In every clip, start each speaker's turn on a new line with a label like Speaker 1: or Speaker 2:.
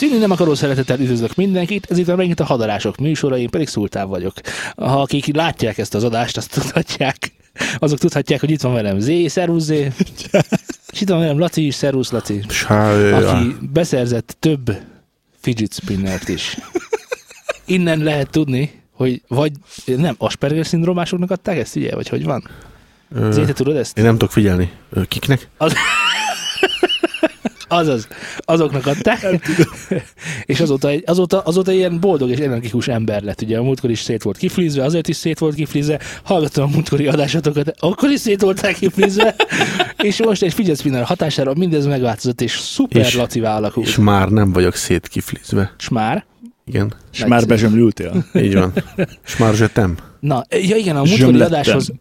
Speaker 1: Minden akaró szeretettel üdvözlök mindenkit, ez itt már megint a hadarások műsora, én pedig Szultán vagyok. Ha akik látják ezt az adást, azt tudhatják, azok tudhatják, hogy itt van velem Zé, szervusz Zé. És itt van velem Laci is, szervusz Laci. Aki beszerzett több fidget spinnert is. Innen lehet tudni, hogy vagy, nem, Asperger szindrómásoknak adták ezt, ugye? Vagy hogy van? Zé, te tudod ezt?
Speaker 2: Én nem tudok figyelni. Ö, Kiknek?
Speaker 1: Azaz, azoknak adták. és azóta, egy- azóta, azóta ilyen boldog és energikus ember lett. Ugye a múltkor is szét volt kiflízve, azért is szét volt kiflízve, hallgattam a múltkori adásatokat, akkor is szét voltál kiflízve, és most egy fidesz spinner hatására mindez megváltozott, és szuper
Speaker 2: És-
Speaker 1: lacivá alakult.
Speaker 2: És már nem vagyok szétkiflizve.
Speaker 1: És már.
Speaker 2: Igen,
Speaker 3: És már bezsömlültél?
Speaker 2: így van. És már zsetem.
Speaker 1: Na, ja igen, a múltkori
Speaker 3: Zsömlettem.
Speaker 1: adáshoz...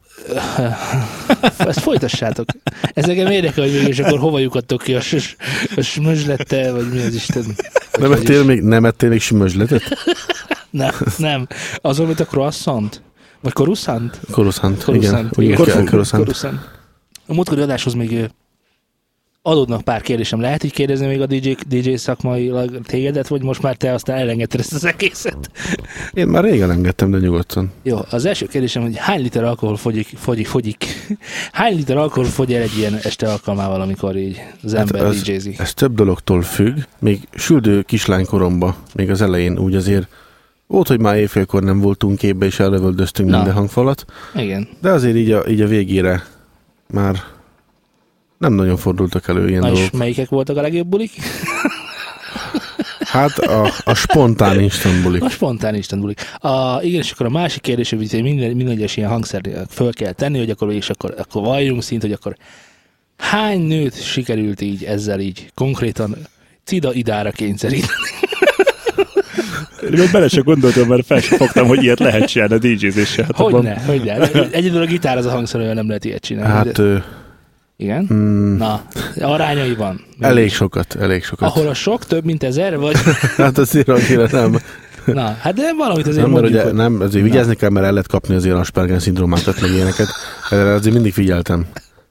Speaker 1: Ezt folytassátok. Ez engem érdekel, hogy mégis akkor hova lyukadtok ki a, s- a smözslette, vagy mi az Isten.
Speaker 2: Nem
Speaker 1: Vagy-
Speaker 2: ettél még, nem ettél még simözsletet?
Speaker 1: Nem, nem. Az volt a croissant? Vagy koruszant?
Speaker 2: Koroszant. Igen,
Speaker 1: Koruszant.
Speaker 2: úgy kell, koroszant.
Speaker 1: A múltkori adáshoz még ö, adódnak pár kérdésem. Lehet így kérdezni még a DJ, DJ szakmailag tégedet, vagy most már te aztán elengedted ezt az egészet?
Speaker 2: Én már régen engedtem, de nyugodtan.
Speaker 1: Jó, az első kérdésem, hogy hány liter alkohol fogyik, fogyik, fogyik. Hány liter alkohol fogy el egy ilyen este alkalmával, amikor így az ember hát
Speaker 2: az-
Speaker 1: DJ-zik?
Speaker 2: Ez több dologtól függ. Még süldő kislánykoromba, még az elején úgy azért volt, hogy már éjfélkor nem voltunk képbe, és elövöldöztünk
Speaker 1: Na.
Speaker 2: minden hangfalat,
Speaker 1: Igen.
Speaker 2: de azért így a, így a végére már nem nagyon fordultak elő ilyen
Speaker 1: Na
Speaker 2: dolgok.
Speaker 1: és melyikek voltak a legjobb bulik?
Speaker 2: Hát a, a spontán isztambulik.
Speaker 1: A spontán Isten bulik. A, igen, és akkor a másik kérdés, hogy ugye minden, minden egyes ilyen hangszer eh, föl kell tenni, hogy akkor, és akkor, akkor valljunk szint, hogy akkor hány nőt sikerült így ezzel így konkrétan cida idára kényszeríteni?
Speaker 3: Én még bele se gondoltam, mert fel sem fogtam, hogy ilyet lehet csinálni a DJ-zéssel. Hát abban-
Speaker 1: Hogyne, hogyne. Egyedül a gitár az a hangszer, olyan nem lehet ilyet csinálni.
Speaker 2: Hát
Speaker 1: de,
Speaker 2: ö,
Speaker 1: igen?
Speaker 2: mm,
Speaker 1: Na, arányaiban.
Speaker 2: elég sokat, elég sokat.
Speaker 1: Ahol a sok több, mint ezer, vagy...
Speaker 2: Hát azért annyira nem.
Speaker 1: Na, hát de valamit azért
Speaker 2: nem,
Speaker 1: nem,
Speaker 2: mert
Speaker 1: mondjuk,
Speaker 2: ugye,
Speaker 1: hogy...
Speaker 2: nem, azért vigyázni kell, mert el lehet kapni azért Asperger szindrómákat, meg ilyeneket. Erre azért mindig figyeltem.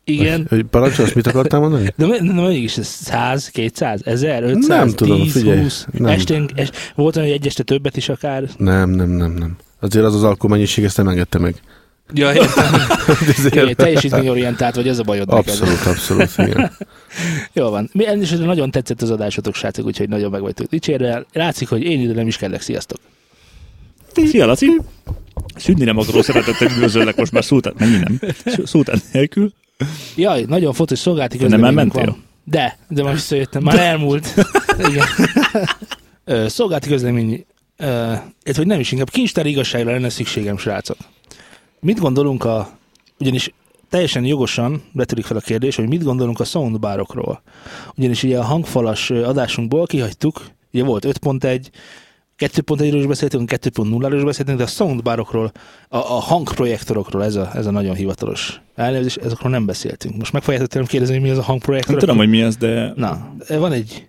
Speaker 1: Igen.
Speaker 2: Hogy, hogy parancsolsz, mit akartál mondani?
Speaker 1: De, mi- de mégis ez 100, 200, 1000, 500,
Speaker 2: Nem tudom,
Speaker 1: 10,
Speaker 2: figyelj,
Speaker 1: 20.
Speaker 2: nem.
Speaker 1: Estén, es, volt olyan, hogy egy este többet is akár.
Speaker 2: Nem, nem, nem, nem. Azért az az alkoholmennyiség ezt nem engedte meg.
Speaker 1: Ja, értem. Figyelj,
Speaker 2: Azért-
Speaker 1: teljesítményorientált vagy, ez a bajod neked.
Speaker 2: Abszolút, abszolút, igen.
Speaker 1: Jó van. Mi ennél is nagyon tetszett az adásotok, srácok, úgyhogy nagyon meg vagytok dicsérve. Látszik, hogy én ide nem is kellek. Sziasztok.
Speaker 3: Szia, Laci! Szűnni nem akarok szeretettel üdvözöllek most már szultán. Mennyi nem? Sz- Szultán nélkül.
Speaker 1: Jaj, nagyon fontos szolgálati
Speaker 3: Nem
Speaker 1: közleményünk
Speaker 3: elmentél?
Speaker 1: van. De, de már visszajöttem. Már elmúlt. Igen. Ö, szolgálati közlemény, ö, ez hogy nem is, inkább kincstár igazságra lenne szükségem, srácok. Mit gondolunk a, ugyanis teljesen jogosan vetődik fel a kérdés, hogy mit gondolunk a soundbarokról. Ugyanis ugye a hangfalas ö, adásunkból kihagytuk, ugye volt 5.1, 2.1-ről is beszéltünk, 2.0-ról is beszéltünk, de a soundbarokról, a, a hangprojektorokról, ez a, ez a nagyon hivatalos elnevezés, ezekről nem beszéltünk. Most meg fogjátok tőlem kérdezni, hogy mi az a hangprojektor.
Speaker 3: Nem tudom, hogy mi ez, de
Speaker 1: Na, van egy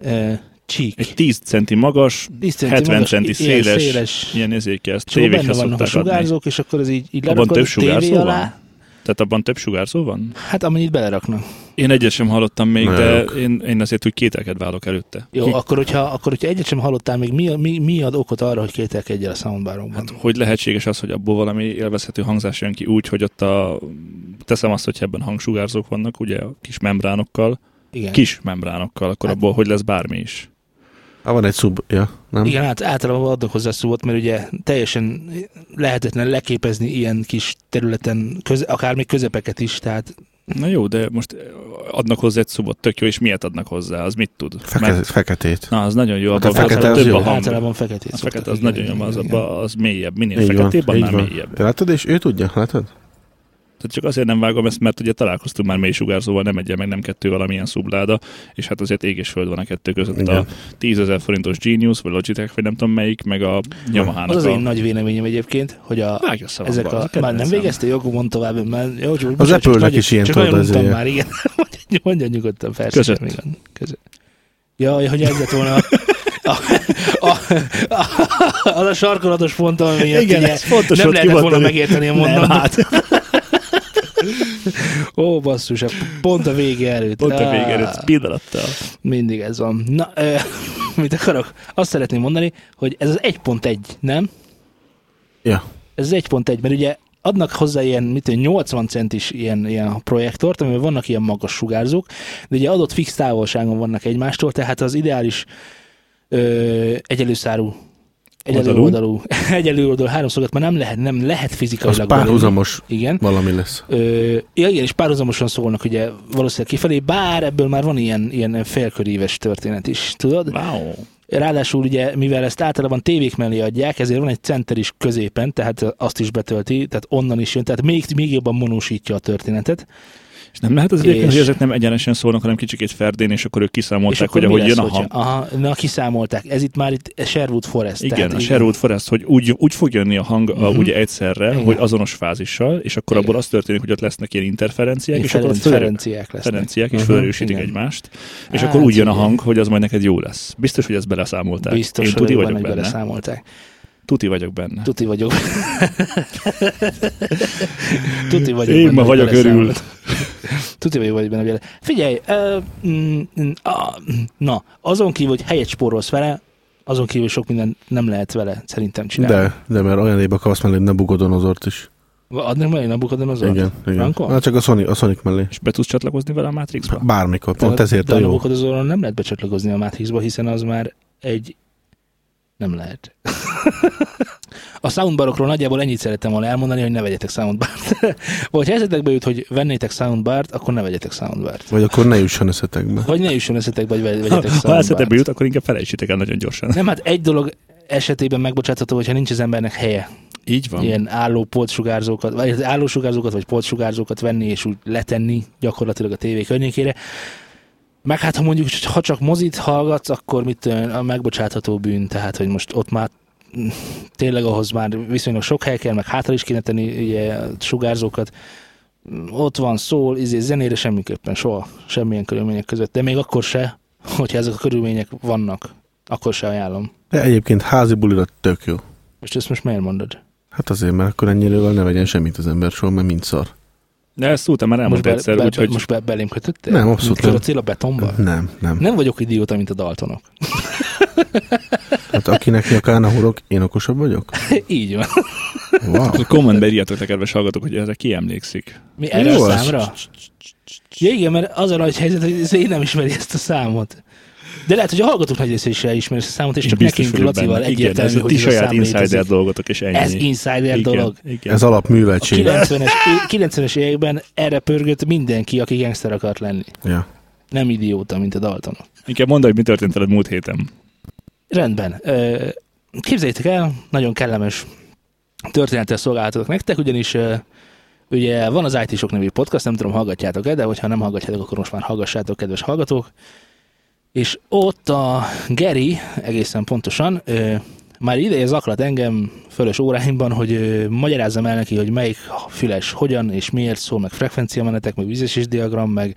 Speaker 1: e, csík.
Speaker 3: egy 10 centi magas,
Speaker 1: 10 centi
Speaker 3: 70
Speaker 1: magas,
Speaker 3: centi
Speaker 1: ilyen
Speaker 3: széles,
Speaker 1: széles.
Speaker 3: ilyen ezékkel ezt
Speaker 1: És akkor benne
Speaker 3: tévékhez
Speaker 1: vannak a
Speaker 3: szokták adni.
Speaker 1: sugárzók, és akkor ez így, így
Speaker 3: Abban
Speaker 1: lerakod
Speaker 3: több
Speaker 1: a tévé
Speaker 3: sugárzó van?
Speaker 1: alá.
Speaker 3: Tehát abban több sugárzó van?
Speaker 1: Hát amennyit beleraknak.
Speaker 3: Én egyet sem hallottam még,
Speaker 2: Na,
Speaker 3: de
Speaker 2: jók.
Speaker 3: én, én azért úgy kételked válok előtte.
Speaker 1: Jó,
Speaker 3: Ki-
Speaker 1: akkor hogyha, akkor hogyha egyet sem hallottál még, mi, mi, mi ad okot arra, hogy kételkedjél a soundbarokban? Hát,
Speaker 3: hogy lehetséges az, hogy abból valami élvezhető hangzás jön ki úgy, hogy ott a... Teszem azt, hogy ebben hangsugárzók vannak, ugye, a kis membránokkal,
Speaker 1: igen.
Speaker 3: kis membránokkal, akkor
Speaker 1: Hát-
Speaker 3: abból hogy lesz bármi is.
Speaker 2: Hát van egy szub, ja, nem?
Speaker 1: Igen, hát általában adok hozzá szót, mert ugye teljesen lehetetlen leképezni ilyen kis területen, köze, akár még közepeket is, tehát
Speaker 3: Na jó, de most eh, adnak hozzá egy szubot, tök jó, és miért adnak hozzá, az mit tud?
Speaker 2: Fekete, feketét.
Speaker 3: na, az nagyon jó,
Speaker 2: Hát
Speaker 3: abban
Speaker 2: a fekete az
Speaker 3: valószínűleg több
Speaker 2: jó.
Speaker 3: a hang.
Speaker 1: általában feketét
Speaker 3: A fekete
Speaker 1: szoktak.
Speaker 3: az
Speaker 1: Igen,
Speaker 3: nagyon jó,
Speaker 1: igen,
Speaker 3: az
Speaker 1: igen.
Speaker 3: abban az mélyebb, minél
Speaker 2: Így van,
Speaker 3: feketébb,
Speaker 2: így
Speaker 3: annál
Speaker 2: van.
Speaker 3: mélyebb.
Speaker 2: Látod, és ő tudja, látod?
Speaker 3: Tehát csak azért nem vágom ezt, mert ugye találkoztunk már mély sugárzóval, nem egyen, meg nem kettő valamilyen szubláda, és hát azért ég és föld van a kettő között.
Speaker 2: Igen.
Speaker 3: A 10 ezer forintos Genius, vagy Logitech, vagy nem tudom melyik, meg a Yamaha-nak
Speaker 1: Az az
Speaker 3: a...
Speaker 1: én nagy véleményem egyébként, hogy a,
Speaker 3: Vágja szavamba,
Speaker 1: Ezek
Speaker 3: az
Speaker 1: a, már nem
Speaker 3: kedvencem.
Speaker 1: végezte, jó, akkor mondd tovább. Már, jó, csak, bocsánat,
Speaker 2: Apple-nek
Speaker 1: csak nagyon-
Speaker 2: is ilyen
Speaker 1: Csak
Speaker 2: tudod,
Speaker 1: nagyon
Speaker 2: az
Speaker 1: untam
Speaker 2: ilyen.
Speaker 1: már, igen. Mondja- Mondja nyugodtan, persze.
Speaker 3: Között.
Speaker 1: még van. Között. Jaj, hogy ez lett volna a, a, a, a, az a sarkolatos pont, ami miatt
Speaker 3: Igen,
Speaker 1: ugye,
Speaker 3: ez fontos
Speaker 1: nem
Speaker 3: volt
Speaker 1: lehetett volna
Speaker 3: kimondani.
Speaker 1: megérteni a
Speaker 3: Nem, hát.
Speaker 1: mondatot. Ó, basszus, a pont a vége előtt. Ah.
Speaker 3: Pont a
Speaker 1: Á,
Speaker 3: végére, ez pillanattal.
Speaker 1: Mindig ez van. Na, ö, mit akarok? Azt szeretném mondani, hogy ez az 1.1, nem?
Speaker 2: Ja.
Speaker 1: Ez az 1.1, mert ugye adnak hozzá ilyen, mit tudom, 80 centis ilyen, ilyen projektort, amiben vannak ilyen magas sugárzók, de ugye adott fix távolságon vannak egymástól, tehát az ideális ö, egyenlőszárú egyenlő
Speaker 3: Oldalú.
Speaker 1: oldalú, egyenlő oldalú háromszöget már nem lehet, nem lehet
Speaker 2: Az
Speaker 1: fizikailag.
Speaker 2: párhuzamos
Speaker 1: Igen.
Speaker 2: valami lesz.
Speaker 1: Ö, ja, igen, és párhuzamosan szólnak ugye valószínűleg kifelé, bár ebből már van ilyen, ilyen félköríves történet is, tudod?
Speaker 3: Wow.
Speaker 1: Ráadásul ugye, mivel ezt általában tévék mellé adják, ezért van egy center is középen, tehát azt is betölti, tehát onnan is jön, tehát még, még jobban monósítja a történetet.
Speaker 3: És nem lehet az egyébként,
Speaker 1: És-
Speaker 3: hogy ezek nem egyenesen szólnak, hanem kicsikét ferdén, és akkor ők
Speaker 1: és
Speaker 3: kiszámolták,
Speaker 1: akkor
Speaker 3: hogy
Speaker 1: mi
Speaker 3: ahogy
Speaker 1: lesz,
Speaker 3: jön a
Speaker 1: hogyha-
Speaker 3: hang.
Speaker 1: Aha, na, kiszámolták. Ez itt már itt Sherwood Forest.
Speaker 3: Igen,
Speaker 1: tehát,
Speaker 3: a Sherwood Forest, hogy úgy, úgy fog jönni a hang a,
Speaker 1: Mhm.
Speaker 3: ugye egyszerre,
Speaker 1: Igen.
Speaker 3: hogy azonos fázissal, és akkor
Speaker 1: Igen.
Speaker 3: abból az történik, hogy ott lesznek ilyen interferenciák, és akkor
Speaker 1: Ferenc,
Speaker 3: ott fölerő-
Speaker 1: Ferenciek lesznek.
Speaker 3: Ferenciák, és
Speaker 2: Mhm.
Speaker 3: felerősítik
Speaker 1: Uh-huh, Igen.
Speaker 3: egymást, és
Speaker 1: Hát,
Speaker 3: akkor úgy jön a
Speaker 1: igen.
Speaker 3: hang, hogy az majd neked jó lesz. Biztos, hogy ezt beleszámolták.
Speaker 1: Biztos,
Speaker 3: Én
Speaker 1: hogy
Speaker 3: tuti
Speaker 1: van,
Speaker 3: vagyok
Speaker 1: hogy
Speaker 3: benne.
Speaker 1: beleszámolták.
Speaker 3: Tuti vagyok benne.
Speaker 1: Tuti vagyok. Tuti vagyok.
Speaker 3: Én
Speaker 1: benne,
Speaker 3: ma
Speaker 1: hogy
Speaker 3: vagyok
Speaker 1: beleszámolt.
Speaker 3: örül.
Speaker 1: Tuti vagyok vagy benne. hogy bele- Figyelj, ö, mm, mm, a- na, azon kívül, hogy helyet spórolsz vele, azon kívül sok mindent nem lehet vele szerintem csinálni.
Speaker 2: De, de mert ajándékba kapsz mellé egy Nabukodonozort is.
Speaker 1: De. Adnak meg egy Nabukodonozort?
Speaker 2: Igen, igen.
Speaker 1: Frankon?
Speaker 2: Na, csak a Sonic, a Sonic mellé.
Speaker 3: És be tudsz csatlakozni vele a Matrixba?
Speaker 2: Bármikor, pont
Speaker 1: de,
Speaker 2: ezért
Speaker 1: de
Speaker 2: a
Speaker 1: a
Speaker 2: jó.
Speaker 1: Nabukodonozoron nem lehet becsatlakozni a Matrixba, hiszen az már egy... Nem lehet. a soundbarokról nagyjából ennyit szerettem volna elmondani, hogy ne vegyetek soundbart. Vagy ha eszetekbe jut, hogy vennétek soundbart, akkor ne vegyetek soundbart.
Speaker 2: Vagy akkor ne jusson eszetekbe.
Speaker 1: Vagy ne jusson eszetekbe, hogy ve-
Speaker 3: Ha,
Speaker 1: vegyetek
Speaker 3: ha
Speaker 1: soundbart.
Speaker 3: eszetekbe jut, akkor inkább felejtsétek el nagyon gyorsan.
Speaker 1: Nem, hát egy dolog esetében megbocsátható, hogyha nincs az embernek helye.
Speaker 3: Így van.
Speaker 1: Ilyen álló poltsugárzókat, vagy az álló sugárzókat, vagy poltsugárzókat venni, és úgy letenni gyakorlatilag a tévé környékére. Meg hát, ha mondjuk, ha csak mozit hallgatsz, akkor mit tudom én, a megbocsátható bűn, tehát, hogy most ott már mm, tényleg ahhoz már viszonylag sok hely kell, meg hátra is kéne tenni ugye, a sugárzókat. Mm, Ott van szól, izé, zenére semmiképpen soha, semmilyen körülmények között, de még akkor se, hogyha ezek a körülmények vannak, akkor se ajánlom.
Speaker 2: De egyébként házi bulira tök jó.
Speaker 1: Most ezt most miért mondod?
Speaker 2: Hát azért, mert akkor ennyire ne vegyen semmit az ember soha, mert mind szar.
Speaker 3: De ezt szóltam már elmondta
Speaker 1: most,
Speaker 3: egyszer, úgyhogy
Speaker 1: most be, belém kötöttél?
Speaker 2: Nem, abszolút
Speaker 1: Mint
Speaker 2: nem.
Speaker 1: a cél a betonba?
Speaker 2: Nem, nem.
Speaker 1: Nem vagyok idióta, mint a Daltonok.
Speaker 2: Hát akinek nyakán a hurok, én okosabb vagyok?
Speaker 1: Így van.
Speaker 2: Wow.
Speaker 3: a kommentbe írjátok le, kedves hallgatók, hogy erre ki emlékszik.
Speaker 1: Mi erre
Speaker 2: Jó,
Speaker 1: a
Speaker 2: az-
Speaker 1: számra? Ja, igen, mert az a nagy helyzet, hogy ez én nem ismeri ezt a számot. De lehet, hogy a hallgatók nagy része is ismeri ezt a számot, és
Speaker 3: Én
Speaker 1: csak
Speaker 3: biztos
Speaker 1: nekünk
Speaker 3: vagyok benne.
Speaker 1: Lacival
Speaker 3: Igen, ez
Speaker 1: egyértelmű,
Speaker 3: a
Speaker 1: hogy
Speaker 3: ti
Speaker 1: ez a
Speaker 3: saját
Speaker 1: szám
Speaker 3: insider
Speaker 1: létezik.
Speaker 3: dolgotok, és ennyi.
Speaker 1: Ez insider
Speaker 3: Igen,
Speaker 1: dolog.
Speaker 3: Igen.
Speaker 2: Ez
Speaker 1: A
Speaker 2: alapműveltség.
Speaker 1: 90-es, é- 90-es években erre pörgött mindenki, aki gangster akart lenni.
Speaker 2: Ja.
Speaker 1: Nem idióta, mint a Daltonok.
Speaker 3: Inkább mondd, hogy mi történt veled múlt héten.
Speaker 1: Rendben. Ö, Képzeljétek el, nagyon kellemes történettel szolgáltatok nektek, ugyanis ö, ugye van az IT-sok nevű podcast, nem tudom, hallgatjátok-e, de hogyha nem hallgatjátok, akkor most már hallgassátok, kedves hallgatók. És ott a Geri, egészen pontosan, ö, már ideje zaklat engem fölös óráimban, hogy ö, magyarázzam el neki, hogy melyik füles hogyan és miért szól, meg frekvenciamenetek, meg vízesés diagram, meg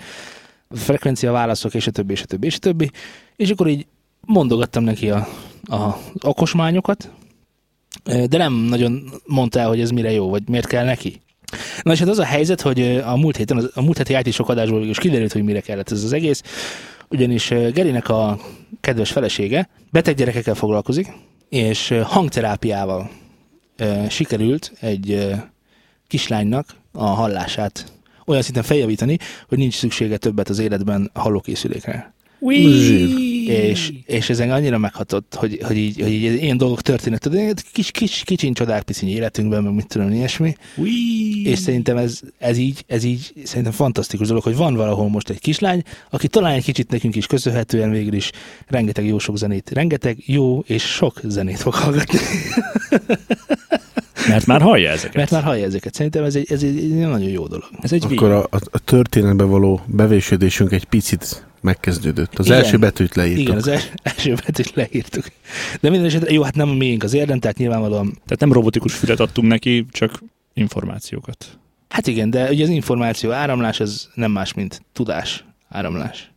Speaker 1: frekvencia válaszok, és a többi, és a többi, és a többi. És akkor így mondogattam neki a, a az okosmányokat, ö, de nem nagyon mondta el, hogy ez mire jó, vagy miért kell neki. Na és hát az a helyzet, hogy ö, a múlt héten, az- a múlt heti IT sok adásból is kiderült, hogy mire kellett ez az egész, ugyanis ö, Gerinek a kedves felesége beteg gyerekekkel foglalkozik, és ö, hangterápiával ö, sikerült egy ö, kislánynak a hallását olyan szinten feljavítani, hogy nincs szüksége többet az életben hallókészülékre és, és ezen annyira meghatott, hogy, hogy, így, hogy így ilyen dolgok történnek, tudod, ilyen kis, kis, kicsin csodák pisziny életünkben, meg mit tudom, ilyesmi, és szerintem ez, ez, így, ez így szerintem fantasztikus dolog, hogy van valahol most egy kislány, aki talán egy kicsit nekünk is köszönhetően végül is rengeteg jó sok zenét, rengeteg jó és sok zenét fog hallgatni,
Speaker 3: Mert már hallja ezeket.
Speaker 1: mert már hallja ezeket. Szerintem ez egy, ez egy egy nagyon jó dolog.
Speaker 3: Ez egy
Speaker 2: Akkor
Speaker 3: Akkor
Speaker 2: a, a, a történetbe való bevésődésünk egy picit megkezdődött. Az
Speaker 1: Igen.
Speaker 2: első betűt leírtuk.
Speaker 1: Igen, az els, első betűt leírtuk. De minden esetre, jó, hát nem a miénk az érdem, tehát nyilvánvalóan
Speaker 3: Tehát nem robotikus fület adtunk neki, csak információkat.
Speaker 1: Hát igen, de ugye az információ áramlás az nem más, mint tudás áramlás.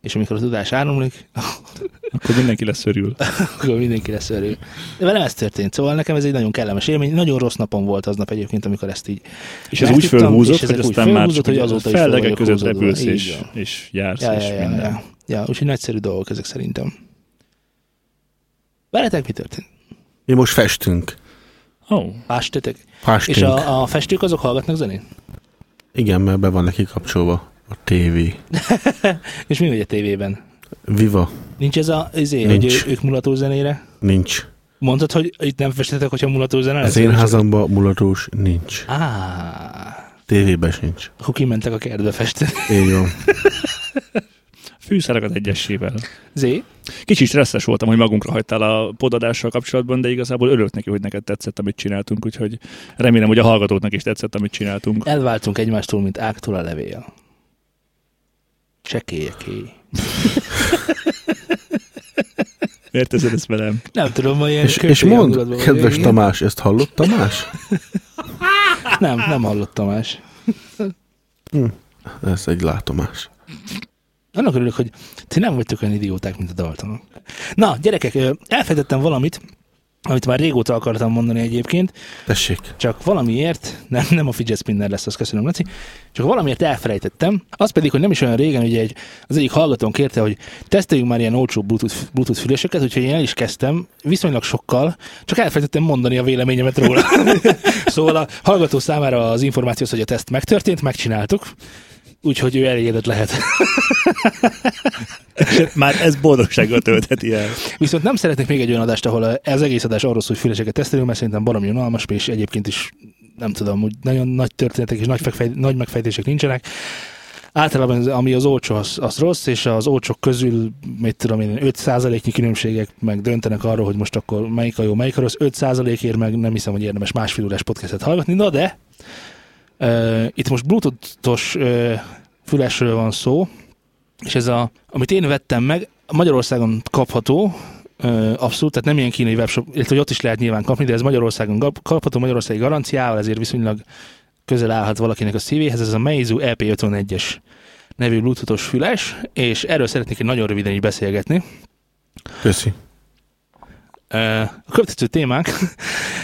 Speaker 1: És amikor a tudás áramlik,
Speaker 3: Akkor mindenki lesz örül.
Speaker 1: akkor mindenki lesz örül. De velem ez történt, szóval nekem ez egy nagyon kellemes élmény. Nagyon rossz napom volt aznap egyébként, amikor ezt így
Speaker 3: És ez úgy
Speaker 1: Megtudtam,
Speaker 3: fölhúzott,
Speaker 1: és
Speaker 3: hogy
Speaker 1: ezek úgy
Speaker 3: aztán már
Speaker 1: fölhúzott,
Speaker 3: csak
Speaker 1: hogy
Speaker 3: hogy
Speaker 1: azóta
Speaker 3: azóta
Speaker 1: is föl
Speaker 3: fellegek
Speaker 1: vagyok
Speaker 3: között
Speaker 1: húzódva.
Speaker 3: repülsz,
Speaker 1: Így
Speaker 3: és,
Speaker 1: van.
Speaker 3: és jársz,
Speaker 1: Ja,
Speaker 3: és
Speaker 1: ja, ja,
Speaker 3: minden.
Speaker 1: ja, ja. úgyhogy nagyszerű dolgok ezek szerintem. Veletek mi történt?
Speaker 2: Mi most festünk.
Speaker 3: Ó, oh,
Speaker 1: Festetek.
Speaker 2: Festünk.
Speaker 1: És a, a festők azok hallgatnak zenét?
Speaker 2: Igen, mert be van neki kapcsolva a tévé.
Speaker 1: És mi vagy a tévében?
Speaker 2: Viva?
Speaker 1: Nincs ez a, izé,
Speaker 2: Nincs.
Speaker 1: hogy ő, ők mulató zenére?
Speaker 2: Nincs.
Speaker 1: Mondtad, hogy itt nem festetek, hogyha mulató zene lesz?
Speaker 2: Az én házamban mulatós nincs.
Speaker 1: Á,
Speaker 2: Tévében sincs.
Speaker 1: akkor kimentek a kertbe festeni.
Speaker 2: Így van.
Speaker 3: fűszerek az egyesével.
Speaker 1: Zé?
Speaker 3: Kicsit stresszes voltam, hogy magunkra hagytál a podadással kapcsolatban, de igazából örülök neki, hogy neked tetszett, amit csináltunk, úgyhogy remélem, hogy a hallgatóknak is tetszett, amit csináltunk.
Speaker 1: Elváltunk egymástól, mint ágtól a levél. Sekélyeké.
Speaker 3: Miért ezed ezt velem?
Speaker 1: Nem tudom, hogy ilyen
Speaker 2: És,
Speaker 1: köpő
Speaker 2: és mond,
Speaker 1: hangulatban vagyok.
Speaker 2: kedves
Speaker 1: Igen.
Speaker 2: Tamás, ezt hallott Tamás?
Speaker 1: Nem, nem hallottam más.
Speaker 2: Ez egy látomás.
Speaker 1: Annak örülök, hogy ti nem vagytok olyan idióták, mint a Daltonok. Na, gyerekek, ö, elfelejtettem valamit, amit már régóta akartam mondani egyébként,
Speaker 2: Tessék.
Speaker 1: csak valamiért, nem, nem a fidget spinner lesz, azt köszönöm, Laci, csak valamiért elfelejtettem, az pedig, hogy nem is olyan régen, ugye egy, az egyik hallgatón kérte, hogy teszteljünk már ilyen olcsó Bluetooth, Bluetooth füleseket, úgyhogy én el is kezdtem, viszonylag sokkal, csak elfelejtettem mondani a véleményemet róla. szóval a hallgató számára az információ az, hogy a teszt megtörtént, megcsináltuk, úgyhogy ő elégedett lehet.
Speaker 3: Már ez boldogsággal töltheti el.
Speaker 1: Viszont nem szeretnék még egy olyan adást, ahol az egész adás arról szól, hogy füleseket tesztelünk, mert szerintem baromi unalmas, és egyébként is nem tudom, úgy nagyon nagy történetek és nagy, megfej, nagy megfejtések nincsenek. Általában az- ami az olcsó, az, az rossz, és az olcsók közül, mit tudom én, 5%-nyi különbségek meg döntenek arról, hogy most akkor melyik a jó, melyik a rossz. 5%-ért meg nem hiszem, hogy érdemes másfél órás podcastet hallgatni. Na de, uh, itt most bluetoothos uh, fülesről van szó, és ez a, amit én vettem meg, Magyarországon kapható, ö, abszolút, tehát nem ilyen kínai webshop, illetve hogy ott is lehet nyilván kapni, de ez Magyarországon kap- kapható, magyarországi garanciával, ezért viszonylag közel állhat valakinek a szívéhez. Ez a Meizu EP51-es nevű bluetoothos füles, és erről szeretnék egy nagyon röviden így beszélgetni.
Speaker 2: Köszi.
Speaker 1: Ö, A következő témánk,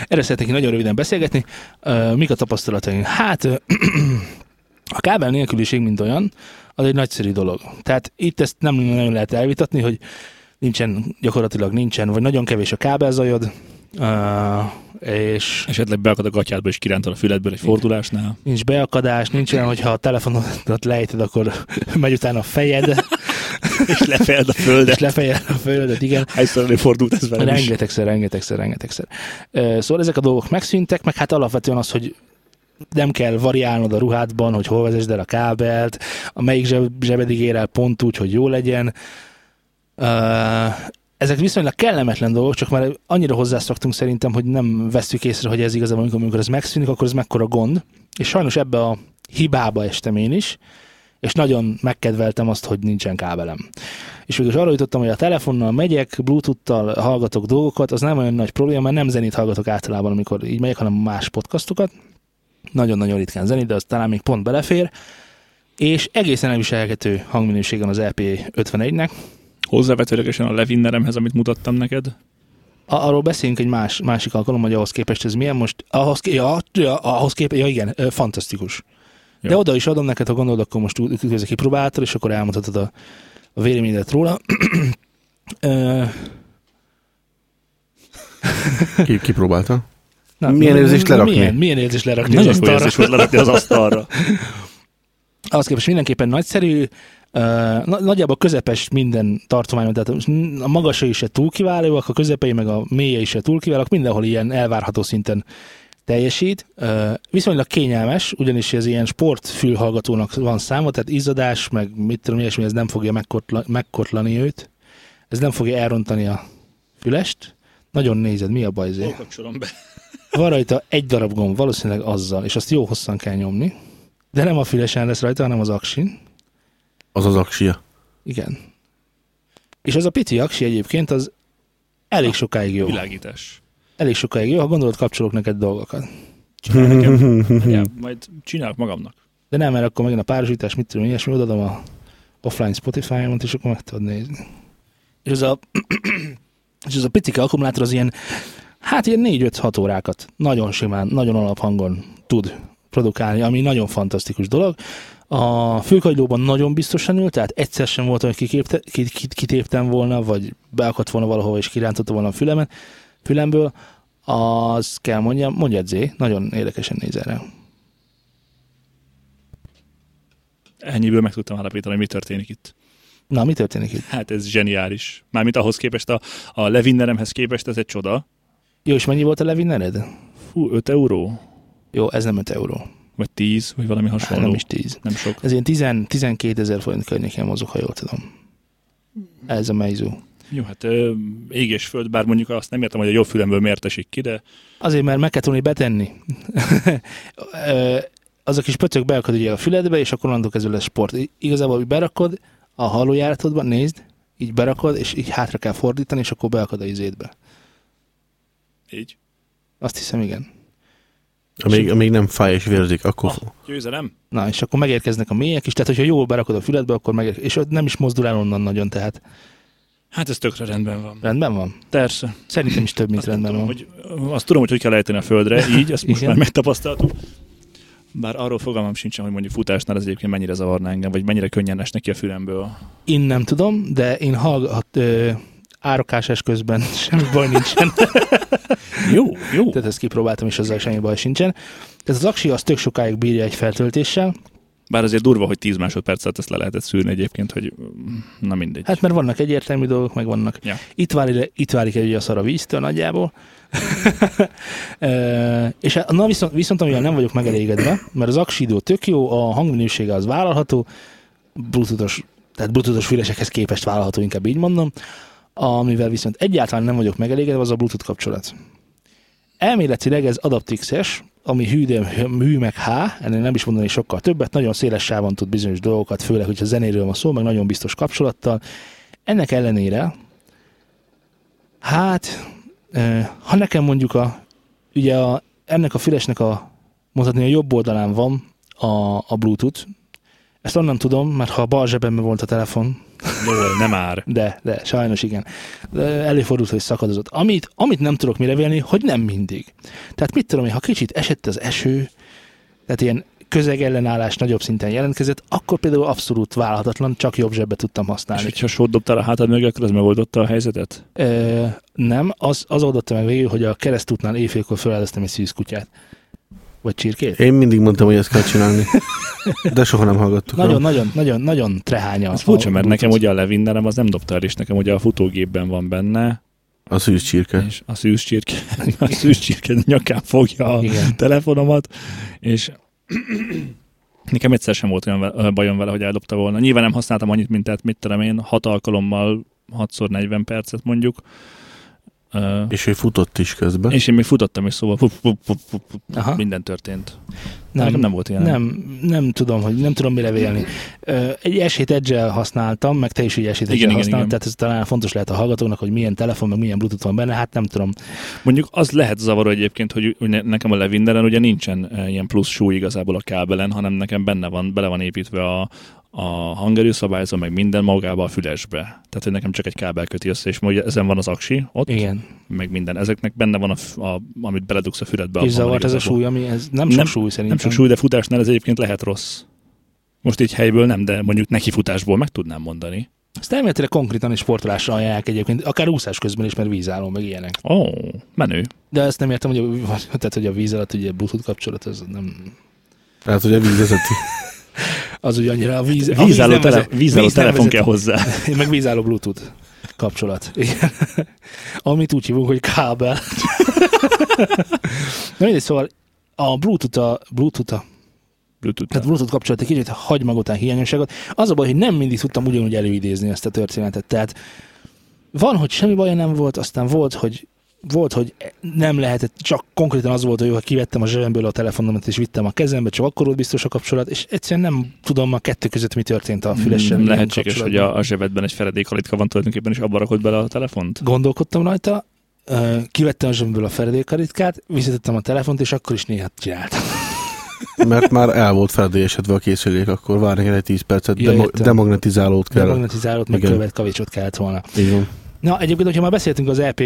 Speaker 1: erre szeretnék nagyon röviden beszélgetni, Ö, mik a tapasztalataink? Hát ö, a kábel nélküliség, mint olyan, az egy nagyszerű dolog. Tehát itt ezt nem nagyon lehet elvitatni, hogy nincsen, gyakorlatilag nincsen, vagy nagyon kevés a kábelzajod, ö, és
Speaker 3: Esetleg beakad a gatyádba és kirántol a füledből egy fordulásnál.
Speaker 1: nincs beakadás, nincs olyan, hogyha a telefonodat lejted, akkor megy utána a fejed,
Speaker 3: És lefeld a
Speaker 1: és
Speaker 3: földet.
Speaker 1: lefejed a földet, igen.
Speaker 3: Hányszor előfordult ez velem is.
Speaker 1: Rengetegszer, rengetegszer, rengetegszer. Ö, Szóval ezek a dolgok megszűntek, meg hát alapvetően az, hogy nem kell variálnod a ruhádban, hogy hol vezesd el a kábelt, a melyik zseb, zsebedig ér el pont úgy, hogy jó legyen. Ö, Ezek viszonylag kellemetlen dolgok, csak már annyira hozzászoktunk szerintem, hogy nem veszük észre, hogy ez igazából, amikor, amikor ez megszűnik, akkor ez mekkora gond. És sajnos ebbe a hibába estem én is, és nagyon megkedveltem azt, hogy nincsen kábelem és végül is arra jutottam, hogy a telefonnal megyek, Bluetooth-tal hallgatok dolgokat, az nem olyan nagy probléma, mert nem zenét hallgatok általában, amikor így megyek, hanem más podcastokat. Nagyon-nagyon ritkán zenét, de az talán még pont belefér. És egészen elviselhető hangminőségen az EP51-nek.
Speaker 3: Hozzávetőlegesen a Levinneremhez, amit mutattam neked.
Speaker 1: A- arról beszéljünk egy más, másik alkalommal, hogy ahhoz képest ez milyen most. Ahhoz, ké- ja, ja, ahhoz képest, ja igen, ö, fantasztikus.
Speaker 3: Jó.
Speaker 1: De oda is adom neked, ha gondolod, akkor most ú- közé kipróbáltad, és akkor elmondhatod a, a véleményedet róla. Ö,
Speaker 2: Ki, kipróbálta?
Speaker 1: Na,
Speaker 2: Milyen
Speaker 1: na,
Speaker 2: érzés
Speaker 1: na,
Speaker 2: lerakni?
Speaker 1: Milyen, milyen érzés lerakni az
Speaker 3: Nagyon jó
Speaker 1: asztalra?
Speaker 3: érzés volt lerakni az asztalra.
Speaker 1: Ahhoz képest mindenképpen nagyszerű, ö, na- nagyjából közepes minden tartományon, tehát a magasai se túl kiválóak, a közepei meg a mélyei se túl kiválóak, mindenhol ilyen elvárható szinten teljesít. Ö, Viszonylag kényelmes, ugyanis ez ilyen sportfülhallgatónak van száma, tehát izzadás, meg mit tudom, ilyesmi, ez nem fogja megkortla, megkortlani őt. Ez nem fogja elrontani a fülest. Nagyon nézed, mi a baj ezért?
Speaker 3: Kapcsolom be.
Speaker 1: Van rajta egy darab gomb, valószínűleg azzal, és azt jó hosszan kell nyomni. De nem a fülesen lesz rajta, hanem az aksin.
Speaker 2: Az az aksia.
Speaker 1: Igen. És ez a pici aksi egyébként az elég sokáig jó.
Speaker 3: Világítás.
Speaker 1: Elég sokáig jó, ha gondolod, kapcsolok neked dolgokat.
Speaker 3: Csinál nekem. Anyám, majd csinálok magamnak.
Speaker 1: De nem, mert akkor megint a párosítás, mit tudom, ilyesmi, odaadom a offline Spotify-omat, és akkor meg tudod nézni. És ez a, és ez a picike akkumulátor az ilyen, hát ilyen 4-5-6 órákat nagyon simán, nagyon alaphangon tud produkálni, ami nagyon fantasztikus dolog. A főkagylóban nagyon biztosan ült, tehát egyszer sem volt, hogy kiképte, ki- ki- kitéptem volna, vagy beakadt volna valahova, és kirántotta volna a fülemen, fülemből. Az kell mondjam, mondjad Zé, nagyon érdekesen nézel rá.
Speaker 3: Ennyiből meg tudtam állapítani, hogy mi történik itt.
Speaker 1: Na, mi történik itt?
Speaker 3: Hát ez zseniális. Mármint ahhoz képest, a, a levinneremhez képest ez egy csoda.
Speaker 1: Jó, és mennyi volt a levinnered?
Speaker 3: Fú, 5 euró?
Speaker 1: Jó, ez nem 5 euró.
Speaker 3: Vagy 10, vagy valami
Speaker 1: Hát
Speaker 3: hasonló.
Speaker 1: nem is 10.
Speaker 3: nem sok.
Speaker 1: Ez ilyen 10, 12 ezer forint környékén mozog, ha jól tudom. Ez a meizu.
Speaker 3: Jó, hát ö, ég és föld, bár mondjuk azt nem értem, hogy a jobb fülemből miért esik ki, de
Speaker 1: Azért, mert meg kell tudni betenni. Ö, az a kis pöcök beakad ugye a füledbe, és akkor onnantól kezdve lesz sport. I- Igazából, hogy berakod a hallójáratodban, nézd, így berakod, és így hátra kell fordítani, és akkor beakad a izédbe.
Speaker 3: így.
Speaker 1: Azt hiszem, igen.
Speaker 2: Amíg, amíg nem fáj és vérzik, akkor...
Speaker 3: Ah, győzelem.
Speaker 1: Na, és akkor megérkeznek a mélyek is, tehát hogyha jól berakod a füledbe, akkor megérkezik, és ott nem is mozdul el onnan nagyon, tehát
Speaker 3: Hát ez tökre rendben van.
Speaker 1: rendben van.
Speaker 3: Persze.
Speaker 1: Szerintem is több, mint
Speaker 3: nem
Speaker 1: rendben
Speaker 3: tudom,
Speaker 1: van.
Speaker 3: hogy, azt tudom, hogy hogy kell ejteni a földre, így, ezt most
Speaker 1: Igen.
Speaker 3: már megtapasztaltuk. Bár arról fogalmam sincsen, hogy mondjuk futásnál ez egyébként mennyire zavarna engem, vagy mennyire könnyen esnek ki a fülemből.
Speaker 1: Én nem tudom, de én hallgat, ö, árakásás közben semmi baj nincsen.
Speaker 3: Jó, jó.
Speaker 1: Tehát ezt kipróbáltam, és azzal semmi baj sincsen. Tehát az aksi az tök sokáig bírja egy feltöltéssel.
Speaker 3: Bár azért durva, hogy 10 másodpercet ezt le lehetett szűrni egyébként, hogy mm, na mindegy.
Speaker 1: Hát mert vannak egyértelmű dolgok, meg vannak.
Speaker 3: Ja.
Speaker 1: Itt, válik, itt válik egy a szar a víztől nagyjából. e, és hát- na viszont, viszont amivel nem vagyok megelégedve, mert az aksi idő tök jó, a hangminősége az vállalható, bluetoothos, tehát bluetoothos fülesekhez képest vállalható, inkább így mondom. Amivel viszont egyáltalán nem vagyok megelégedve, az a bluetooth kapcsolat. Elméletileg ez adaptix ami hű, de hű meg H, ennél nem is mondani sokkal többet, nagyon széles sávon tud bizonyos dolgokat, főleg, hogyha zenéről van szó, meg nagyon biztos kapcsolattal. Ennek ellenére, hát, ö, ha nekem mondjuk a, ugye a, ennek a fülesnek a, mondhatni a jobb oldalán van a, a Bluetooth, ezt onnan tudom, mert ha a bal zsebemben volt a telefon,
Speaker 3: Jó, nem már.
Speaker 1: de, de, sajnos igen. De Előfordult, hogy szakadozott. Amit, amit nem tudok mire vélni, hogy nem mindig. Tehát mit tudom én, ha kicsit esett az eső, tehát ilyen közegellenállás nagyobb szinten jelentkezett, akkor például abszolút vállalhatatlan, csak jobb zsebbe tudtam
Speaker 3: És
Speaker 1: használni.
Speaker 3: hogyha sót dobtál a hátad mögé, akkor ez megoldotta a helyzetet?
Speaker 1: Ö, nem, az, az oldotta meg végül, hogy a keresztútnál éjfélkor feláldoztam egy szűzkutyát. Vagy csirkét.
Speaker 2: Én mindig mondtam, hogy ezt kell csinálni. De soha nem hallgattuk. el.
Speaker 1: Nagyon-nagyon, nagyon, nagyon trehánya.
Speaker 3: Ez
Speaker 1: a
Speaker 3: furcsa, mert
Speaker 1: Bluetooth.
Speaker 3: nekem ugye a levinnerem az nem dobta el, és nekem ugye a futógépben van benne,
Speaker 2: A szűz csirke.
Speaker 3: és a szűzcsirke, a szűzcsirke nyakán fogja a
Speaker 1: Igen.
Speaker 3: telefonomat, és nekem egyszer sem volt olyan ve- bajom vele, hogy eldobta volna. Nyilván nem használtam annyit, mint tehát mit tudom én, hat alkalommal 6x40 percet mondjuk. Ö,
Speaker 2: És ő futott is közben.
Speaker 3: és én még futottam is, szóval pup, pup, pup, pup, pup,
Speaker 1: Aha.
Speaker 3: minden történt.
Speaker 1: Nem,
Speaker 3: Nekem nem volt ilyen.
Speaker 1: Nem, nem tudom, hogy nem tudom mire vélni. Ö, Egy esét edge használtam, meg te is ugye esét edge
Speaker 3: Igen, igen,
Speaker 1: használtad,
Speaker 3: igen.
Speaker 1: tehát ez talán fontos lehet a hallgatóknak, hogy milyen telefon, meg milyen bluetooth van benne, hát nem tudom.
Speaker 3: Mondjuk az lehet zavaró egyébként, hogy hogy ne- nekem a Levinderen ugye nincsen eh, ilyen plusz súly igazából a kábelen, hanem nekem benne van, bele van építve a, a hangerőszabályzó, meg minden magába a fülesbe. Tehát, hogy nekem csak egy kábel köti össze, és ma ugye ezen van az aksi, ott,
Speaker 1: Igen.
Speaker 3: meg minden. Ezeknek benne van, a, f- a, amit beledugsz a füledbe.
Speaker 1: és
Speaker 3: abban van
Speaker 1: zavart ez a
Speaker 3: igazából.
Speaker 1: súly, ami ez nem sok
Speaker 3: Nem-
Speaker 1: súly szerintem.
Speaker 3: Nem sok súly, de futásnál ez egyébként lehet rossz. Most így helyből nem, de mondjuk neki futásból meg tudnám mondani.
Speaker 1: Ezt elméletileg konkrétan is sportolásra ajánlják egyébként, akár úszás közben is, mert vízálló, meg ilyenek.
Speaker 3: Ó, oh, menő.
Speaker 1: De ezt nem értem, hogy a, tehát, hogy a víz alatt ugye bluetooth kapcsolat, az nem...
Speaker 2: Tehát, hogy a víz vezeti.
Speaker 1: Az ugye annyira a víz... a víz
Speaker 3: Hát Vízálló,
Speaker 1: nem
Speaker 3: tele,
Speaker 1: vezet-
Speaker 3: vízálló
Speaker 1: víz nem
Speaker 3: telefon
Speaker 1: vezet-
Speaker 3: kell hozzá.
Speaker 1: Meg vízálló bluetooth kapcsolat. Igen. Amit úgy hívunk, hogy kábel. Na mindegy, szóval a Bluetooth, a Bluetooth, a,
Speaker 3: Bluetooth.
Speaker 1: tehát Bluetooth kapcsolat egy kicsit hagy mag után hiányosságot. Az a baj, hogy nem mindig tudtam ugyanúgy előidézni ezt a történetet. Tehát van, hogy semmi baja nem volt, aztán volt, hogy volt, hogy nem lehetett, csak konkrétan az volt, hogy ha kivettem a zsebemből a telefonomat és vittem a kezembe, csak akkor volt biztos a kapcsolat, és egyszerűen nem tudom a kettő között mi történt a fülessel.
Speaker 3: Mm, Lehetséges, hogy a, a zsebedben egy feredék kalitka van tulajdonképpen, és abba rakod bele a telefont?
Speaker 1: gondolkodtam rajta, ö, kivettem a zsömből a feredékaritkát, visszatettem a telefont, és akkor is néha csináltam.
Speaker 2: Mert már el volt feledélyesedve a készülék, akkor várni kell egy 10 percet,
Speaker 1: Ja,
Speaker 2: demo-
Speaker 1: értem.
Speaker 2: demagnetizálót
Speaker 1: De
Speaker 2: kell.
Speaker 1: magnetizálót, meg
Speaker 2: Igen.
Speaker 1: követ kavicsot kellett volna.
Speaker 2: Így van.
Speaker 1: E Na, egyébként, hogyha már beszéltünk az EP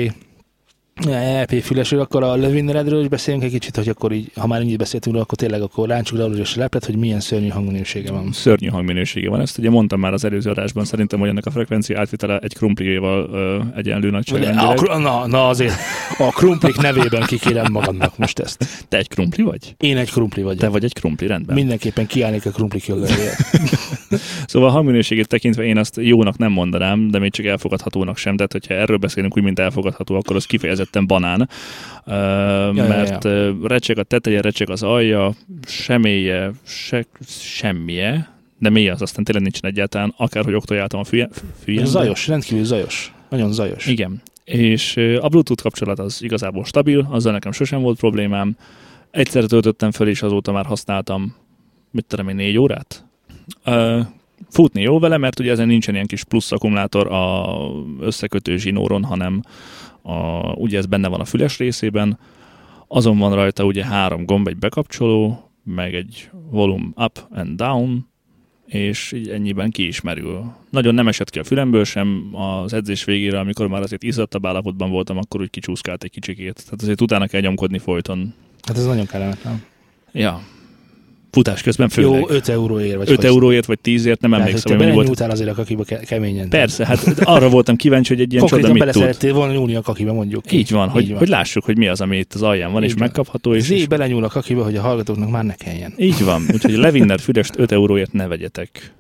Speaker 1: EP E fülesről, akkor a Levinredről is beszéljünk egy kicsit, hogy akkor így, ha már ennyit beszéltünk róla, akkor tényleg akkor ráncsuk le és leplet, hogy milyen szörnyű hangminősége van.
Speaker 3: Szörnyű hangminősége van. Ezt ugye mondtam már az előző adásban, szerintem, hogy ennek a frekvencia átvitele egy krumpliéval ö, egyenlő
Speaker 1: Vagy,
Speaker 3: nagyságrendileg.
Speaker 1: a, kru- na, na azért, a krumplik nevében kikérem magamnak most ezt.
Speaker 3: Te egy krumpli vagy?
Speaker 1: Én egy krumpli vagyok.
Speaker 3: Te vagy egy krumpli, rendben.
Speaker 1: Mindenképpen kiállnék a krumplik jogaiért.
Speaker 3: Szóval a hangminőségét tekintve én azt jónak nem mondanám, de még csak elfogadhatónak sem. Tehát, hogyha erről beszélünk úgy, mint elfogadható, akkor az kifejezetten banán. Ö,
Speaker 1: ja,
Speaker 3: mert ö, recseg a teteje, recseg az alja, semélye, se, semmije, de mély az aztán tényleg nincsen egyáltalán, akárhogy oktojáltam a fülye, fülye,
Speaker 1: Zajos, rendkívül zajos. Nagyon zajos.
Speaker 3: Igen. És ö, a Bluetooth kapcsolat az igazából stabil, azzal nekem sosem volt problémám. Egyszer töltöttem fel, és azóta már használtam, mit tudom én, négy órát? Ö, futni jó vele, mert ugye ezen nincsen ilyen kis plusz akkumulátor a összekötő zsinóron, hanem a, ugye ez benne van a füles részében, azon van rajta ugye három gomb, egy bekapcsoló, meg egy volum up and down, és így ennyiben kiismerül. Nagyon nem esett ki a fülemből sem, az edzés végére, amikor már azért izzadtabb állapotban voltam, akkor úgy kicsúszkált egy kicsikét. Tehát azért utána kell nyomkodni folyton.
Speaker 1: Hát ez nagyon kellemetlen.
Speaker 3: Ja. Futás közben főleg.
Speaker 1: Jó, 5 euróért vagy.
Speaker 3: 5 euróért vagy 10-ért, nem
Speaker 1: Nem Tehát, hogy
Speaker 3: emlékszem, hogy
Speaker 1: te
Speaker 3: mi volt.
Speaker 1: belenyúltál azért a kakiba ke- keményen.
Speaker 3: Persze, hát arra voltam kíváncsi, hogy egy ilyen csoda
Speaker 1: Konkrétan
Speaker 3: mit tud.
Speaker 1: beleszerettél volna nyúlni a kakiba, mondjuk.
Speaker 3: Így van, hogy,
Speaker 1: Így van.
Speaker 3: hogy lássuk, hogy mi az, ami itt az alján van,
Speaker 1: Így
Speaker 3: és
Speaker 1: van.
Speaker 3: megkapható, és,
Speaker 1: Zé
Speaker 3: és
Speaker 1: belenyúl a kakiba, hogy a hallgatóknak már ne kelljen.
Speaker 3: Így van, úgyhogy a Levinner fülest 5 euróért ne vegyetek.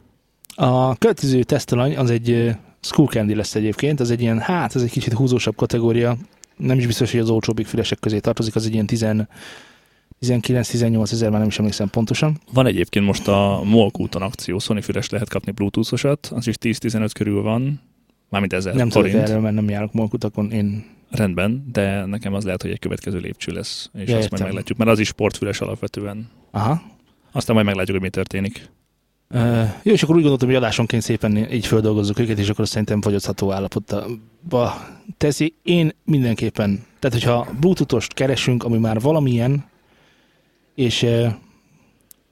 Speaker 1: A következő tesztalany az egy ö, School Candy lesz egyébként, az egy ilyen, hát ez egy kicsit húzósabb kategória, nem is biztos, hogy az olcsóbbik fülesek közé tartozik, az egy ilyen 10 19-18 ezer, már nem is emlékszem pontosan.
Speaker 3: Van egyébként most a Molk úton akció, Sony füles lehet kapni Bluetooth-osat, az is 10-15 körül van, mármint 1000
Speaker 1: nem
Speaker 3: nem
Speaker 1: tudok
Speaker 3: forint,
Speaker 1: erről, mert nem járok molkutakon, én
Speaker 3: rendben, de nekem az lehet, hogy egy következő lépcső lesz, és
Speaker 1: Ja,
Speaker 3: azt
Speaker 1: értem.
Speaker 3: majd meglátjuk, mert az is sportfüles alapvetően.
Speaker 1: Aha.
Speaker 3: Aztán majd meglátjuk, hogy mi történik.
Speaker 1: Uh, jó, és akkor úgy gondoltam, hogy adásonként szépen így földolgozzuk őket, és akkor azt szerintem fogyasztható állapotba teszi. Én mindenképpen, tehát hogyha Bluetooth-ost keresünk, ami már valamilyen, és uh,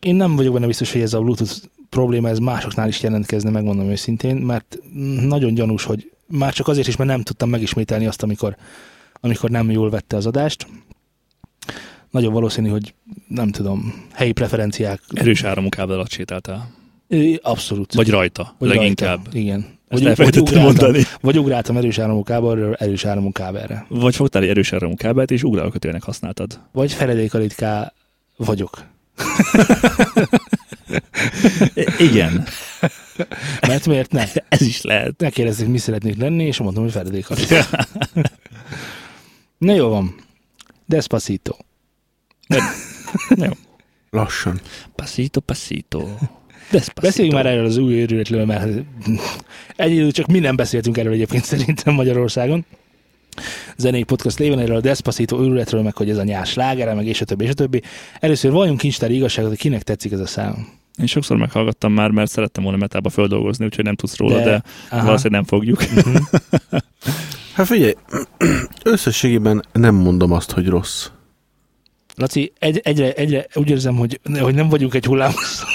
Speaker 1: én nem vagyok benne biztos, hogy ez a Bluetooth probléma, ez másoknál is jelentkezne, megmondom őszintén, mert mm, nagyon gyanús, hogy már csak azért is, mert nem tudtam megismételni azt, amikor, amikor nem jól vette az adást. Nagyon valószínű, hogy nem tudom, helyi preferenciák.
Speaker 3: Erős áramú kábel alatt sétáltál.
Speaker 1: Ö, Abszolút.
Speaker 3: Vagy rajta,
Speaker 1: Vagy
Speaker 3: leginkább.
Speaker 1: Rajta. Igen.
Speaker 3: Ezt
Speaker 1: Vagy, vagy,
Speaker 3: elfelejtettem
Speaker 1: ugráltam,
Speaker 3: mondani.
Speaker 1: vagy ugráltam erős áramú kábelről, erős áramú kábelre.
Speaker 3: Vagy fogtál egy erős áramú kábelt, és ugrálkötőnek használtad.
Speaker 1: Vagy feledékalitká vagyok.
Speaker 3: I- igen,
Speaker 1: Mert miért ne?
Speaker 3: ez is lehet.
Speaker 1: Ne kérdezzék, mi szeretnék lenni, és mondom, hogy feledékalitká. Na jó van. Despacito.
Speaker 2: Lassan.
Speaker 3: Passito, passito. Despacito.
Speaker 1: Beszéljünk már erről az új őrületről, mert egyedül csak mi nem beszéltünk erről egyébként szerintem Magyarországon. Zenei podcast léven erről a Despacito őrületről, meg hogy ez a nyás lágere, meg és a többi, és a többi. Először valljunk kincstári igazságot, hogy kinek tetszik ez a szám.
Speaker 3: Én sokszor meghallgattam már, mert szerettem volna metába földolgozni, úgyhogy nem tudsz róla, de, de
Speaker 1: aha.
Speaker 3: valószínűleg nem fogjuk.
Speaker 2: Hát figyelj, összességében nem mondom azt, hogy rossz.
Speaker 1: Laci, egy, egyre, egyre úgy érzem, hogy, hogy nem vagyunk egy hullámhosszon.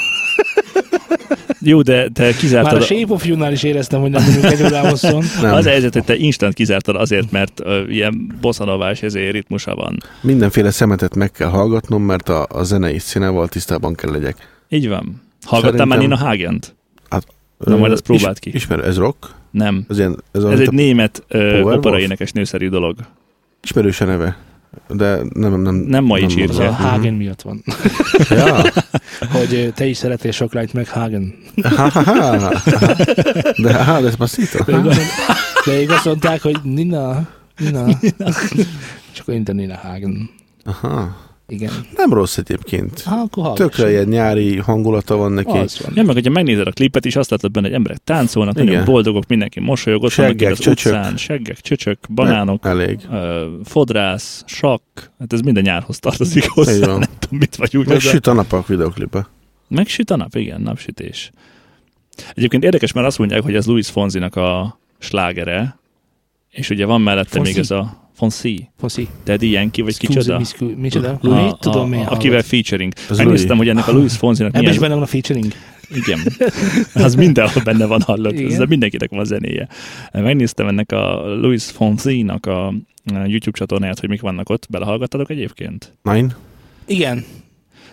Speaker 3: Jó, de te
Speaker 1: Már a
Speaker 3: kizártad... a-
Speaker 1: Shape of You-nál is éreztem, hogy nem vagyunk egy hullámhosszon.
Speaker 2: Nem.
Speaker 3: Az a helyzet, hogy te instant kizártad azért, mert ö, ilyen bossanovás ezért ritmusa van.
Speaker 2: Mindenféle szemetet meg kell hallgatnom, mert a, a zenei színával tisztában kell legyek.
Speaker 3: Így van. Hallgattál
Speaker 2: Szerintem-
Speaker 3: már Nina Hagent?
Speaker 2: Ö,
Speaker 3: Na majd azt próbáld
Speaker 2: is-
Speaker 3: ki.
Speaker 2: Ismer, ez rock?
Speaker 3: Nem.
Speaker 2: Ez, ilyen, ez,
Speaker 3: Ez
Speaker 2: ez
Speaker 3: egy német ö,
Speaker 2: Powerwolf?
Speaker 3: operaénekes nőszerű dolog.
Speaker 2: ismerős a neve. De nem, nem,
Speaker 3: Nem mai
Speaker 2: nem
Speaker 3: csirke.
Speaker 1: Az
Speaker 2: mondom.
Speaker 1: a Hagen miatt van.
Speaker 2: Ja.
Speaker 1: Hogy ö, te is szeretél sok lányt, meg Hagen.
Speaker 2: Ha, ha, ha. De ha, despacito.
Speaker 1: De igaz, de igaz mondták, hogy Nina, Nina. Csak én te Nina Hagen.
Speaker 2: Aha.
Speaker 1: Igen.
Speaker 2: Nem rossz egyébként.
Speaker 1: Ha, akkor hallgass.
Speaker 2: Tökre ilyen nyári hangulata van neki.
Speaker 1: Az van.
Speaker 3: Nem, meg hogyha megnézed a klipet is, azt látod benne, hogy emberek táncolnak,
Speaker 2: Igen.
Speaker 3: nagyon boldogok, mindenki mosolyog, ott
Speaker 2: Seggek,
Speaker 3: vannak itt az
Speaker 2: csöcsök.
Speaker 3: utcán, seggek, csöcsök, banánok,
Speaker 2: Ne, elég.
Speaker 3: ö, fodrász, sakk, hát ez minden nyárhoz tartozik
Speaker 2: Így
Speaker 3: hozzá,
Speaker 2: van.
Speaker 3: nem tudom, mit vagyunk.
Speaker 2: Meg süt a napak videoklipe.
Speaker 3: Megsüt a nap, igen, napsütés. Egyébként érdekes, mert azt mondják, hogy ez Louis Fonzinak a slágere, és ugye van mellette
Speaker 1: Fonzi?
Speaker 3: még ez a Fonsi,
Speaker 1: Foszi.
Speaker 3: Daddy Yankee, vagy kicsoda?
Speaker 1: Micsoda?
Speaker 3: A-
Speaker 1: Mit tudom
Speaker 3: a-
Speaker 1: én
Speaker 3: Akivel
Speaker 1: hallgat.
Speaker 3: featuring.
Speaker 2: Az
Speaker 3: Megnéztem, hogy ennek a Louis Fonzinak
Speaker 1: Ebben is
Speaker 3: milyen,
Speaker 1: benne van a featuring?
Speaker 3: Igen. Az mindenhol benne van hallott,
Speaker 1: Igen.
Speaker 3: ez de mindenkinek van zenéje. Megnéztem ennek a Louis Fonsi-nak a YouTube csatornáját, hogy mik vannak ott. Belehallgattatok egyébként?
Speaker 2: Nine?
Speaker 1: Igen.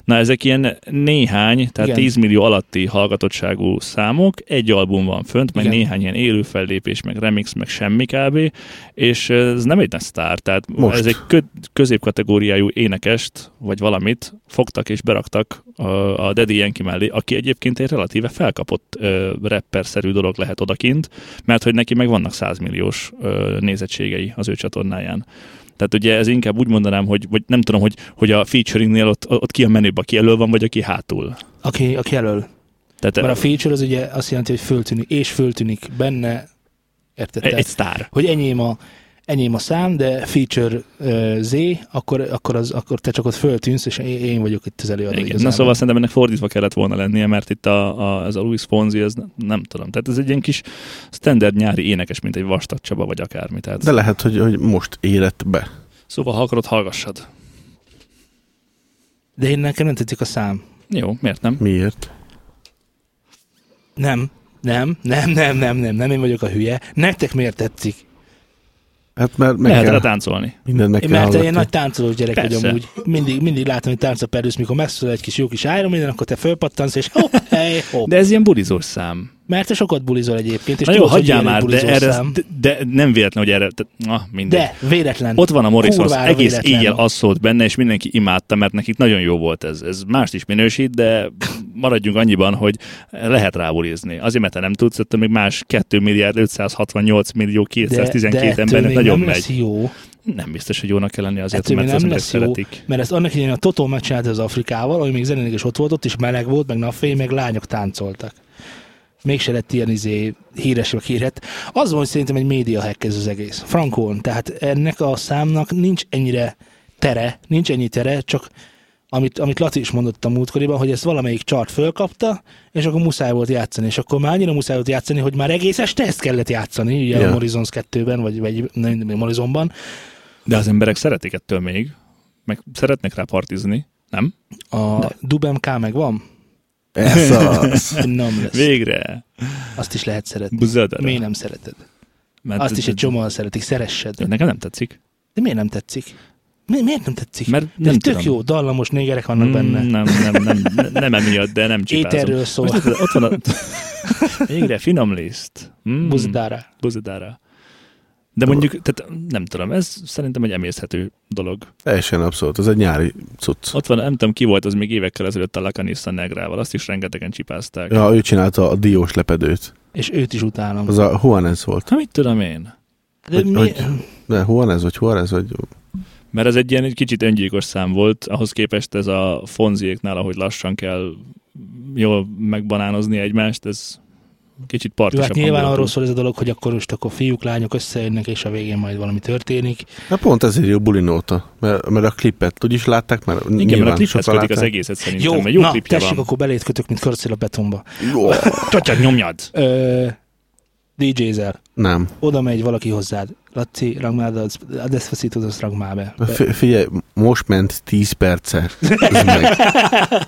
Speaker 3: Na, ezek ilyen néhány, tehát
Speaker 1: Igen.
Speaker 3: Igen. 10 millió alatti hallgatottságú számok, egy album van fönt, meg
Speaker 1: Igen.
Speaker 3: Igen. néhány ilyen élő fellépés, meg remix, meg semmi kb. És ez nem egy nagy sztár, tehát
Speaker 2: Most.
Speaker 3: Most. ez egy kö- középkategóriájú énekest, vagy valamit fogtak és beraktak a, a Daddy Yankee mellé, aki egyébként egy relatíve felkapott ö, rapper-szerű dolog lehet odakint, mert hogy neki meg vannak 100 milliós ö, nézettségei az ő csatornáján. Tehát ugye ez inkább úgy mondanám, hogy vagy nem tudom, hogy, hogy a featuringnél ott, ott ki a menübb, aki elő van, vagy aki hátul.
Speaker 1: Aki, aki elől.
Speaker 3: Tehát
Speaker 1: Mert a feature az ugye azt jelenti, hogy föltűnik, és föltűnik benne, érted?
Speaker 3: egy,
Speaker 1: Tehát,
Speaker 3: egy sztár.
Speaker 1: hogy enyém a, enyém a szám, de feature uh, Z, akkor, akkor, az, akkor te csak ott föltűnsz, és én, én vagyok itt az előadó.
Speaker 3: Igen. Na
Speaker 1: igazából.
Speaker 3: szóval szerintem ennek fordítva kellett volna lennie, mert itt a, a, ez a Louis Fonzi, ez nem, nem tudom. Tehát ez egy ilyen kis standard nyári énekes, mint egy vastag Csaba, vagy akármi. Tehát.
Speaker 2: De lehet, hogy, hogy most érett be.
Speaker 3: Szóval ha akarod, hallgassad.
Speaker 1: De én nekem nem tetszik a szám.
Speaker 3: Jó, miért nem?
Speaker 2: Miért?
Speaker 1: Nem, nem, nem, nem, nem, nem, nem én vagyok a hülye. Nektek miért tetszik?
Speaker 2: Hát mert meg
Speaker 3: Lehet
Speaker 2: kell,
Speaker 3: rá táncolni.
Speaker 2: mindennek
Speaker 1: Én
Speaker 2: kell
Speaker 1: mert én
Speaker 2: hallgatni.
Speaker 1: nagy táncolós gyerek Persze.
Speaker 3: Persze.
Speaker 1: vagy amúgy. Mindig, mindig látom, hogy táncol perősz, mikor megszól egy kis jó kis Iron minden, akkor te fölpattansz, és hopp, hey, hopp.
Speaker 3: De ez ilyen bulizós szám.
Speaker 1: Mert te sokat bulizol egyébként, és
Speaker 3: És Na jó,
Speaker 1: tudod, hogy
Speaker 3: hagyjál
Speaker 1: milyen egy
Speaker 3: már, de,
Speaker 1: bulizós
Speaker 3: erre,
Speaker 1: szám.
Speaker 3: de, de nem véletlen, hogy erre... te- Na, mindegy.
Speaker 1: De, véletlen.
Speaker 3: Ott van a Morrison, az
Speaker 1: Kurvára
Speaker 3: egész
Speaker 1: véletlen.
Speaker 3: éjjel az szólt benne, és mindenki imádta, mert nekik nagyon jó volt ez. Ez mást is minősít, de maradjunk annyiban, hogy lehet rábulizni. Azért, mert te nem tudsz, ettől még más 2 milliárd 568 millió
Speaker 1: De-
Speaker 3: 212
Speaker 1: de ettől
Speaker 3: embernek
Speaker 1: még
Speaker 3: nagyon
Speaker 1: nem
Speaker 3: megy.
Speaker 1: lesz jó,
Speaker 3: Nem biztos, hogy jónak kell lenni azért,
Speaker 1: Ettől
Speaker 3: mert
Speaker 1: még
Speaker 3: az
Speaker 1: nem
Speaker 3: emberek
Speaker 1: lesz jó.
Speaker 3: szeretik.
Speaker 1: mert ezt annak idején a Totó megcsinálta az Afrikával, ami még zenének is ott volt, ott is meleg volt, meg napfény, meg lányok táncoltak. Mégse lett ilyen izé híres, vagy hírhet. Az van, hogy szerintem egy média hack ez az egész. Frankon, tehát ennek a számnak nincs ennyire tere, nincs ennyi tere, csak amit, amit Laci is mondott a múltkoriban, hogy ezt valamelyik csart fölkapta, és akkor muszáj volt játszani, és akkor már annyira muszáj volt játszani, hogy már egész este ezt kellett játszani, ugye
Speaker 2: Ja.
Speaker 1: a Morizons 2-ben, vagy, vagy nem, nem Morizonban.
Speaker 3: De az emberek szeretik ettől még, meg szeretnek rá partizni, nem?
Speaker 1: A
Speaker 3: De.
Speaker 1: Dubem K meg van?
Speaker 2: Ez az.
Speaker 1: Nem lesz.
Speaker 3: Végre!
Speaker 1: Azt is lehet szeretni.
Speaker 3: Buzzadara.
Speaker 1: Miért nem szereted?
Speaker 3: Mert
Speaker 1: Azt is egy csomóan szeretik, szeressed.
Speaker 3: Nekem Hát nem tetszik.
Speaker 1: De miért nem tetszik? Mi, miért nem tetszik?
Speaker 3: Mert
Speaker 1: De
Speaker 3: nem
Speaker 1: tök
Speaker 3: tudom.
Speaker 1: jó, dallamos négerek vannak benne.
Speaker 3: Mm, Nem, nem, nem, nem, nem emiatt, de nem csipázom.
Speaker 1: Éterről szól.
Speaker 3: Most ott van a... Végre finom liszt. Mm,
Speaker 1: Buzdára.
Speaker 3: Buzdára. De mondjuk, tehát nem tudom, ez szerintem egy emészhető dolog.
Speaker 2: Teljesen abszolút. Ez egy nyári cucc.
Speaker 3: Ott van, nem tudom ki volt, az még évekkel ezelőtt a Lacanissa Negrával, azt is rengetegen csipázták. Ja.
Speaker 2: Ja, ő csinálta a diós lepedőt.
Speaker 1: És őt is utálom.
Speaker 2: Az a Juanes volt.
Speaker 3: Hát mit tudom én?
Speaker 1: De
Speaker 2: hogy-
Speaker 1: mi...
Speaker 2: hogy- De Juanes vagy Juarez vagy...
Speaker 3: Mert ez egy ilyen egy kicsit öngyilkos szám volt, ahhoz képest ez a fonziéknál, ahogy lassan kell jól megbanánozni egymást, ez kicsit
Speaker 1: Jó,
Speaker 3: partisabb.
Speaker 1: hát nyilván
Speaker 3: hangulatú.
Speaker 1: arról szól ez a dolog, hogy akkor most akkor fiúk, lányok összejönnek, és a végén majd valami történik.
Speaker 2: Na pont ezért jó bulinóta, mert, mert a klipet úgyis látták, mert Igen,
Speaker 3: Igen,
Speaker 2: nyilván
Speaker 3: mert a
Speaker 2: sokan
Speaker 3: klipeszködik az
Speaker 2: látták.
Speaker 3: egészet szerintem,
Speaker 1: jó,
Speaker 3: mert jó
Speaker 1: na,
Speaker 3: klipje
Speaker 1: tessék,
Speaker 3: van.
Speaker 1: akkor belét kötök, mint körcél a betonba.
Speaker 2: Jó.
Speaker 3: Csatyad, nyomjad!
Speaker 1: Ö, DJ-zel.
Speaker 2: Nem.
Speaker 1: Oda megy valaki hozzád. Laci, ragd már, de a despacito ragd már be.
Speaker 2: F- figyelj, most ment 10 perce. Ez meg.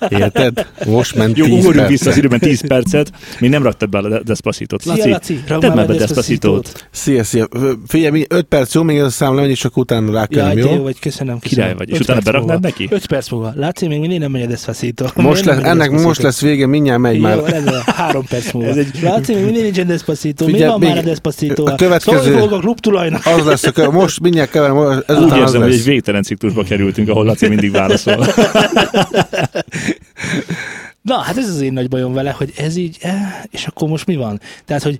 Speaker 2: Érted? Most ment
Speaker 3: Jó,
Speaker 2: 10
Speaker 3: ugorjunk
Speaker 2: perce.
Speaker 3: vissza az időben 10 percet, még nem raktad be a Despacitot.
Speaker 1: Szia,
Speaker 3: Laci,
Speaker 1: Laci, ragd
Speaker 3: tedd
Speaker 1: már
Speaker 3: már
Speaker 1: be
Speaker 3: be
Speaker 1: a despacito
Speaker 3: Despacitot.
Speaker 2: Szia, szia. F- Figyelj, 5 perc, jó? Még ez a szám lemegy, és akkor utána
Speaker 1: Jaj,
Speaker 2: rákelem,
Speaker 1: jó?
Speaker 2: jó?
Speaker 1: jó vagy, köszönöm. köszönöm.
Speaker 3: Király vagy. És
Speaker 1: Öt
Speaker 3: utána
Speaker 1: perc múlva.
Speaker 3: beraknád neki?
Speaker 1: Öt perc múlva. Látszik, még mindig nem megy a Despacito.
Speaker 2: Most
Speaker 1: Miért nem
Speaker 2: lesz,
Speaker 1: megy a
Speaker 2: ennek
Speaker 1: Despacito?
Speaker 2: most lesz vége, mindjárt megy
Speaker 1: Jó,
Speaker 2: már.
Speaker 1: rendben, három perc múlva. Ez
Speaker 3: Ez
Speaker 1: egy...
Speaker 3: egy-
Speaker 1: Látszik, még mindig nincsen Despacito. Mi
Speaker 2: Figyelj,
Speaker 1: van
Speaker 2: még
Speaker 1: már a Despacito?
Speaker 2: a következő-
Speaker 1: Szólj a klub tulajnak.
Speaker 2: Az lesz a kö... Most mindjárt keverem, ezután
Speaker 3: Úgy
Speaker 2: az
Speaker 3: érzem, hogy
Speaker 2: lesz.
Speaker 3: egy végtelen ciklusba kerültünk, ahol Laci mindig válaszol.
Speaker 1: Na, hát ez az én nagy bajom vele, hogy ez így, eh, és akkor most mi van? Tehát, hogy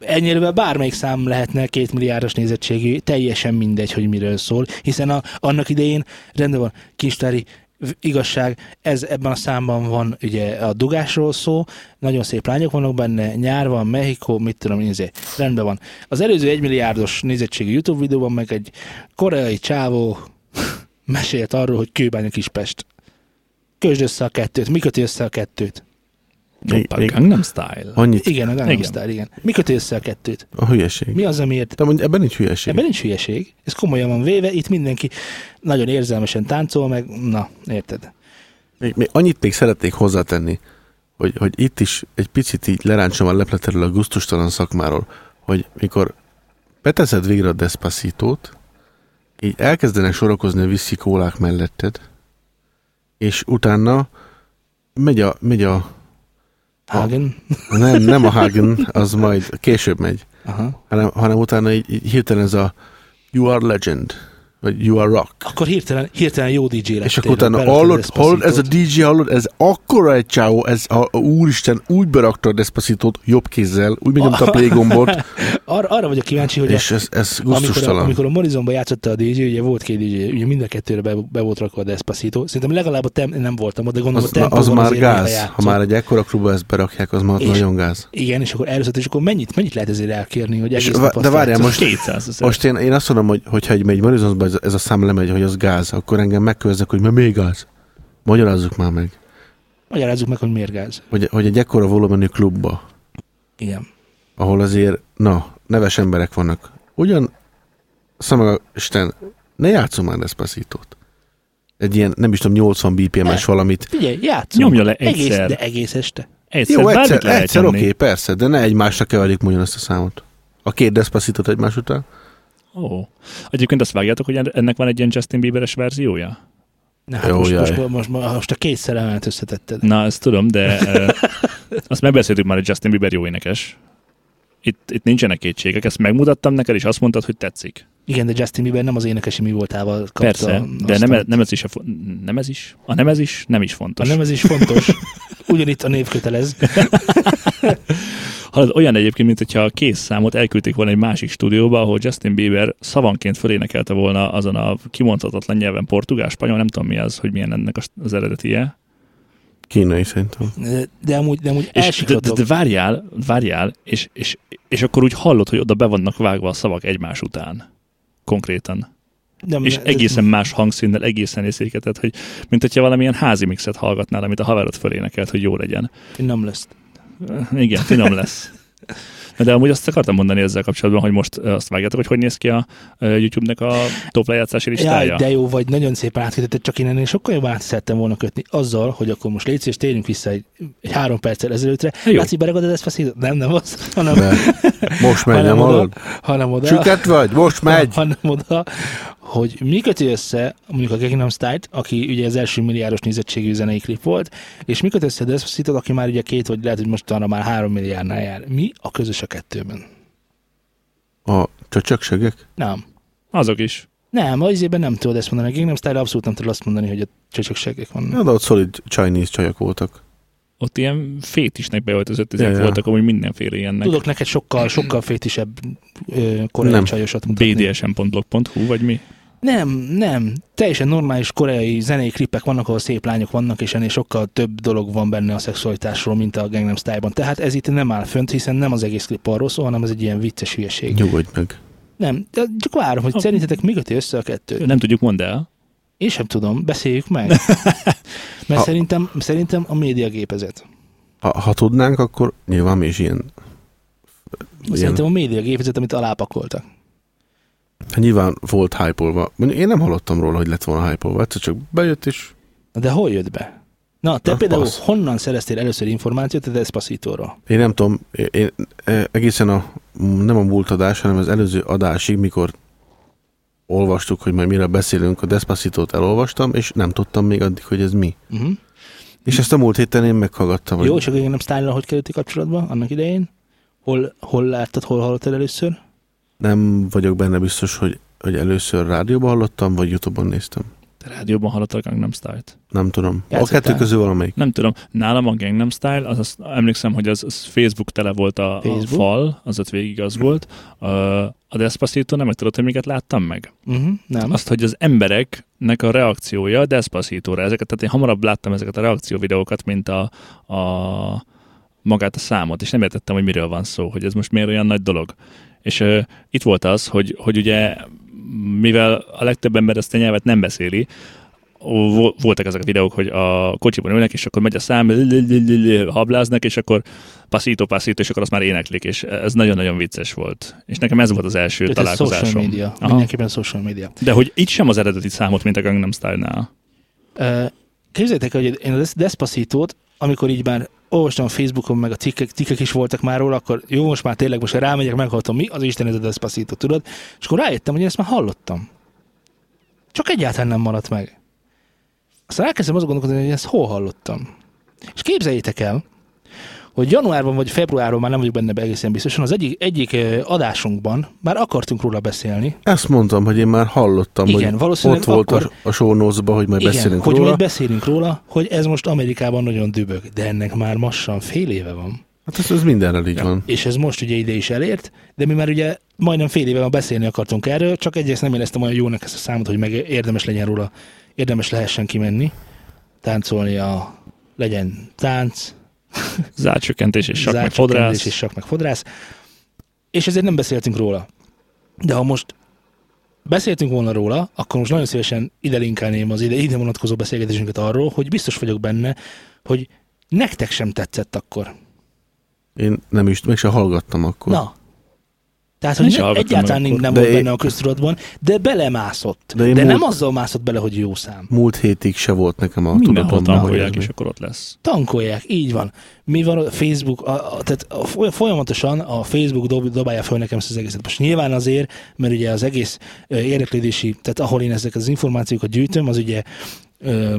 Speaker 1: ennyire bármelyik szám lehetne két milliárdos nézettségű, teljesen mindegy, hogy miről szól, hiszen a, annak idején rendben van kistári v- igazság, ez ebben a számban van ugye a dugásról szó, nagyon szép lányok vannak benne, nyár van, Mexikó, mit tudom én, izé. rendben van. Az előző egymilliárdos nézettségű YouTube videóban meg egy koreai csávó mesélt arról, hogy kőbánya Kispest. Kösd össze a kettőt, mi köti össze a kettőt?
Speaker 2: Még- még-
Speaker 3: Gangnam Style.
Speaker 2: Annyit.
Speaker 1: Igen, a Gangnam
Speaker 3: Igen.
Speaker 1: Style, igen. Mi köti össze a kettőt?
Speaker 2: A hülyeség.
Speaker 1: Mi az, amiért?
Speaker 2: De mondj, ebben nincs hülyeség.
Speaker 1: Ebben nincs hülyeség. Ez komolyan van véve, itt mindenki nagyon érzelmesen táncol, meg na, érted?
Speaker 2: Még, még annyit még szeretnék hozzátenni, hogy, hogy itt is egy picit így leráncsam a leplet erről a guztustalan szakmáról, hogy mikor beteszed végre a despacitót, így elkezdenek sorokozni a viszi kólák melletted, és utána megy a, megy a
Speaker 1: Hagen.
Speaker 2: nem, nem a Hagen, az majd később megy,
Speaker 1: Aha.
Speaker 2: hanem, hanem utána így, így hirtelen ez a You are legend, vagy You are rock.
Speaker 1: Akkor hirtelen, hirtelen jó DJ lettél.
Speaker 2: És akkor utána
Speaker 1: berakod
Speaker 2: hallod,
Speaker 1: Despacitót.
Speaker 2: hallod, ez a DJ hallod, ez akkora egy csávó, ez a, a úristen úgy berakta a Despacitót jobb kézzel, úgy megnyomta a play gombot,
Speaker 1: Arra, arra vagyok kíváncsi, hogy a,
Speaker 2: és ez, ez
Speaker 1: amikor, a,
Speaker 2: gusztustalan.
Speaker 1: amikor a Morizonban játszotta a DJ, ugye volt két DJ, ugye mind a kettőre be, be volt rakva a Despacito. Szerintem legalább a tem, nem voltam ott, de gondolom
Speaker 2: Az,
Speaker 1: a
Speaker 2: na,
Speaker 1: tempóban
Speaker 2: az már
Speaker 1: azért
Speaker 2: gáz.
Speaker 1: néha
Speaker 2: Ha már egy ekkora klubba ezt berakják, az már
Speaker 1: És-
Speaker 2: nagyon gáz.
Speaker 1: Igen, és akkor először, és akkor mennyit, mennyit lehet ezért elkérni, hogy egész
Speaker 2: És,
Speaker 1: nap
Speaker 2: va-
Speaker 1: azt
Speaker 2: de várjál,
Speaker 1: játszod?
Speaker 2: most,
Speaker 3: 200 ezer.
Speaker 2: most én, én azt mondom, hogy hogyha egy megy Marizonsba ez, ez a szám lemegy, hogy az gáz, akkor engem megköveznek, hogy mert még gáz. Magyarázzuk már meg.
Speaker 1: Magyarázzuk meg, hogy miért gáz.
Speaker 2: Hogy, hogy egy ekkora volumenű klubba,
Speaker 1: Igen.
Speaker 2: ahol azért, na, neves emberek vannak. Ugyan, szamag, Isten, ne játszunk már Despacitót. Egy ilyen, nem is tudom, 80 BPM-es valamit.
Speaker 1: Figyelj, játszunk.
Speaker 3: Nyomja le
Speaker 1: egész,
Speaker 3: egyszer.
Speaker 1: de egész este.
Speaker 3: Egyszer,
Speaker 2: Jó,
Speaker 3: bármit
Speaker 2: egyszer,
Speaker 3: lehet
Speaker 2: egyszer
Speaker 3: nyomni.
Speaker 2: oké, okay, persze, de ne egymásra keverjük mondjon ezt a számot. A két Despacitot egymás után.
Speaker 3: Ó. Egyébként azt vágjátok, hogy ennek van egy ilyen Justin Bieberes verziója?
Speaker 1: Na,
Speaker 2: Jó,
Speaker 1: hát most,
Speaker 2: jaj.
Speaker 1: most, most, most, most, a kétszer emelmet összetetted.
Speaker 3: Na, ezt tudom, de ö, azt megbeszéltük már, hogy Justin Bieber jó énekes. Itt, itt nincsenek kétségek, ezt megmutattam neked, és azt mondtad, hogy tetszik.
Speaker 1: Igen, de Justin Bieber nem az énekesi mi voltával kapta.
Speaker 3: Persze, de nem, e- nem, ez is a, fo- nem ez is? A nem ez is? Nem is
Speaker 1: A
Speaker 3: fontos.
Speaker 1: nem, ez is fontos. Ugyanitt a név kötelez.
Speaker 3: Hallod, olyan egyébként, mint hogyha a kész számot elküldték volna egy másik stúdióba, ahol Justin Bieber szavanként fölénekelte volna azon a kimondhatatlan nyelven portugál, spanyol, nem tudom mi az, hogy milyen ennek az- -e. az eredetie.
Speaker 2: Kínai szerintem.
Speaker 1: De- De amúgy, de amúgy
Speaker 3: És de, de,
Speaker 1: elsiklatok.
Speaker 3: de, várjál, várjál, és, és, és akkor úgy hallod, hogy oda be vannak vágva a szavak egymás után. Konkrétan.
Speaker 1: Nem,
Speaker 3: És
Speaker 1: de-
Speaker 3: egészen más hangszínnel, egészen észéketed, hogy mint hogyha valamilyen házi mixet hallgatnál, amit a haverod fölénekelt, hogy jó legyen.
Speaker 1: Nem lesz.
Speaker 3: Igen, finom lesz. Na, De amúgy azt akartam mondani ezzel kapcsolatban, hogy most ö, azt vágjátok, hogy hogy néz ki a ö, YouTube-nek a top lejátszási listája.
Speaker 1: Jaj, de jó vagy, nagyon szépen átkötötted, csak én ennél sokkal jobban át szerettem volna kötni. Azzal, hogy akkor most légy és térjünk vissza egy, egy három perccel ezelőttre.
Speaker 3: Jó.
Speaker 1: Laci, beragadod ezt feszít? Nem, nem az, hanem,
Speaker 2: De most megy, nem
Speaker 1: hanem oda,
Speaker 2: hallod?
Speaker 1: hanem oda,
Speaker 2: Süket vagy? Most megy!
Speaker 1: hanem oda, hogy mi köti össze mondjuk a Gangnam Style-t, aki ugye az első milliárdos nézettségű zenei klip volt, és mi köti össze a Despacito-t, aki már ugye két, vagy lehet, hogy most arra már három milliárdnál jár. Mi a közös a kettőben?
Speaker 2: A csöcsöksegek?
Speaker 1: Nem.
Speaker 3: Azok is.
Speaker 1: Nem, az izében nem tudod ezt mondani. A Gangnam Style abszolút nem tudod azt mondani, hogy a csöcsökségek vannak.
Speaker 2: Na, de ott szolid Chinese csajok voltak. ott
Speaker 3: Ott ilyen fétisnek beöltözött, ezek
Speaker 2: Ja, ja.
Speaker 3: voltak, amúgy mindenféle ilyennek.
Speaker 1: Tudok neked sokkal, sokkal fétisebb ö, koreai
Speaker 2: Nem.
Speaker 1: csajosat mutatni.
Speaker 3: BDSM.blog.hu, vagy mi?
Speaker 1: Nem, nem. Teljesen normális koreai zenei klipek vannak, ahol szép lányok vannak, és ennél sokkal több dolog van benne a szexualitásról, mint a Gangnam Style-ban. Tehát ez itt nem áll fönt, hiszen nem az egész klip arról szól, hanem ez egy ilyen vicces hülyeség.
Speaker 2: Nyugodj meg.
Speaker 1: Nem, de csak várom, hogy
Speaker 3: Ah.
Speaker 1: szerintetek mi köti össze a kettőt?
Speaker 3: Nem tudjuk, mondd el.
Speaker 1: Én sem tudom, beszéljük meg. Mert
Speaker 2: A-
Speaker 1: szerintem, szerintem a média gépezet.
Speaker 2: Ha, ha tudnánk, akkor nyilván mi is ilyen. ilyen.
Speaker 1: Szerintem a média gépezet, amit alápakoltak.
Speaker 2: Hát nyilván volt hype-olva. Mondjuk én nem hallottam róla, hogy lett volna hype-olva. Egyszer csak bejött és
Speaker 1: Na, De hol jött be? Na, te
Speaker 2: Na,
Speaker 1: például
Speaker 2: passz.
Speaker 1: honnan szereztél először információt a Despacitóról?
Speaker 2: Én nem tudom, én, én eh, egészen a, nem a múlt adás, hanem az előző adásig, mikor olvastuk, hogy majd mire beszélünk, a Despacitót elolvastam, és nem tudtam még addig, hogy ez mi.
Speaker 1: Uh-huh.
Speaker 2: És ezt a múlt héten én meghallgattam.
Speaker 1: Jó,
Speaker 2: hogy-
Speaker 1: csak igen, nem style hogy kerülti kapcsolatba annak idején? Hol, hol láttad, hol hallottad először?
Speaker 2: Nem vagyok benne biztos, hogy, hogy először rádióban hallottam, vagy Youtube-on néztem.
Speaker 3: Te rádióban hallottak a Gangnam Style-t.
Speaker 2: Nem tudom.
Speaker 1: Játszottál?
Speaker 2: A kettő közül valamelyik.
Speaker 3: Nem tudom, nálam a Gangnam Style, az, az emlékszem, hogy az, az Facebook tele volt a, a
Speaker 1: Facebook?
Speaker 3: fal, az ott végig az volt. A, a Despacito nem, hogy tudod, hogy miket láttam meg?
Speaker 1: Uh-huh, nem.
Speaker 3: azt, hogy az embereknek a reakciója a Despacito-ra. Ezeket, tehát én hamarabb láttam ezeket a reakcióvideókat, mint a, a magát a számot, és nem értettem, hogy miről van szó, hogy ez most miért olyan nagy dolog. És uh, itt volt az, hogy, hogy ugye, mivel a legtöbb ember ezt a nyelvet nem beszéli, vo- voltak ezek a videók, hogy a kocsiban ülnek, és akkor megy a szám, lülülülülül, habláznak, és akkor passzító, passzító, és akkor azt már éneklik, és ez nagyon-nagyon vicces volt. És nekem ez volt az első
Speaker 1: Tehát ez
Speaker 3: találkozásom.
Speaker 1: social media.
Speaker 3: Aha.
Speaker 1: Aha. Mindenképpen social media.
Speaker 3: De hogy itt sem az eredeti számot, mint a Gangnam Style-nál.
Speaker 1: Uh, képzeljétek el, hogy én a Des- Despacitót amikor így már olvastam a Facebookon, meg a cikkek, cikkek is voltak már róla, akkor jó, most már tényleg most ha rámegyek, meghallgatom mi, az Isten ez a Despacito, tudod? És akkor rájöttem, hogy én ezt már hallottam. Csak egyáltalán nem maradt meg. Aztán elkezdtem azt gondolkodni, hogy ezt hol hallottam. És képzeljétek el, hogy januárban vagy februárban már nem vagyok benne be egészen biztosan, az egyik, egyik ö, adásunkban már akartunk róla beszélni.
Speaker 2: Ezt mondtam, hogy én már hallottam,
Speaker 1: Igen,
Speaker 2: hogy
Speaker 1: valószínűleg
Speaker 2: ott volt
Speaker 1: akkor-
Speaker 2: a, a show notes-ba, hogy majd
Speaker 1: Igen,
Speaker 2: beszélünk
Speaker 1: hogy
Speaker 2: róla.
Speaker 1: majd beszélünk róla, hogy ez most Amerikában nagyon dübög, de ennek már massan fél éve van.
Speaker 2: Hát ez, ez mindenrel így van.
Speaker 1: és ez most ugye ide is elért, de mi már ugye majdnem fél éve már beszélni akartunk erről, csak egyrészt nem éreztem olyan jónak ezt a számot, hogy meg érdemes legyen róla, érdemes lehessen kimenni, táncolni a legyen tánc,
Speaker 3: Zárcsökkentés és sakk meg
Speaker 1: zárcsökkentés
Speaker 3: fodrász.
Speaker 1: és sak meg fodrász, és ezért nem beszéltünk róla. De ha most beszéltünk volna róla, akkor most nagyon szívesen ide linkelném az ide, ide vonatkozó beszélgetésünket arról, hogy biztos vagyok benne, hogy nektek sem tetszett akkor.
Speaker 2: Én nem is, meg se hallgattam akkor.
Speaker 1: Na. Tehát,
Speaker 3: Én
Speaker 1: hogy
Speaker 3: se
Speaker 1: ne,
Speaker 3: hallgattam
Speaker 1: egyáltalán
Speaker 3: meg
Speaker 1: nem,
Speaker 2: akkor.
Speaker 1: nem
Speaker 2: De
Speaker 1: volt
Speaker 2: én-
Speaker 1: benne a köztudatban, de belemászott.
Speaker 2: De
Speaker 1: De,
Speaker 2: én
Speaker 1: de nem
Speaker 2: múlt-
Speaker 1: azzal mászott bele, hogy jó szám.
Speaker 2: Múlt hétig se volt nekem a
Speaker 3: Mindenhol
Speaker 2: tudatomban, hogy ez
Speaker 3: tankolják, és
Speaker 2: mi.
Speaker 3: akkor ott lesz.
Speaker 1: Tankolják, így van. Mi van a Facebook, a, a, tehát a, foly- folyamatosan a Facebook dob, dobálja föl nekem ezt az egészet. Most nyilván azért, mert ugye az egész ö, érdeklődési, tehát ahol én ezeket az információkat gyűjtöm, az ugye ö,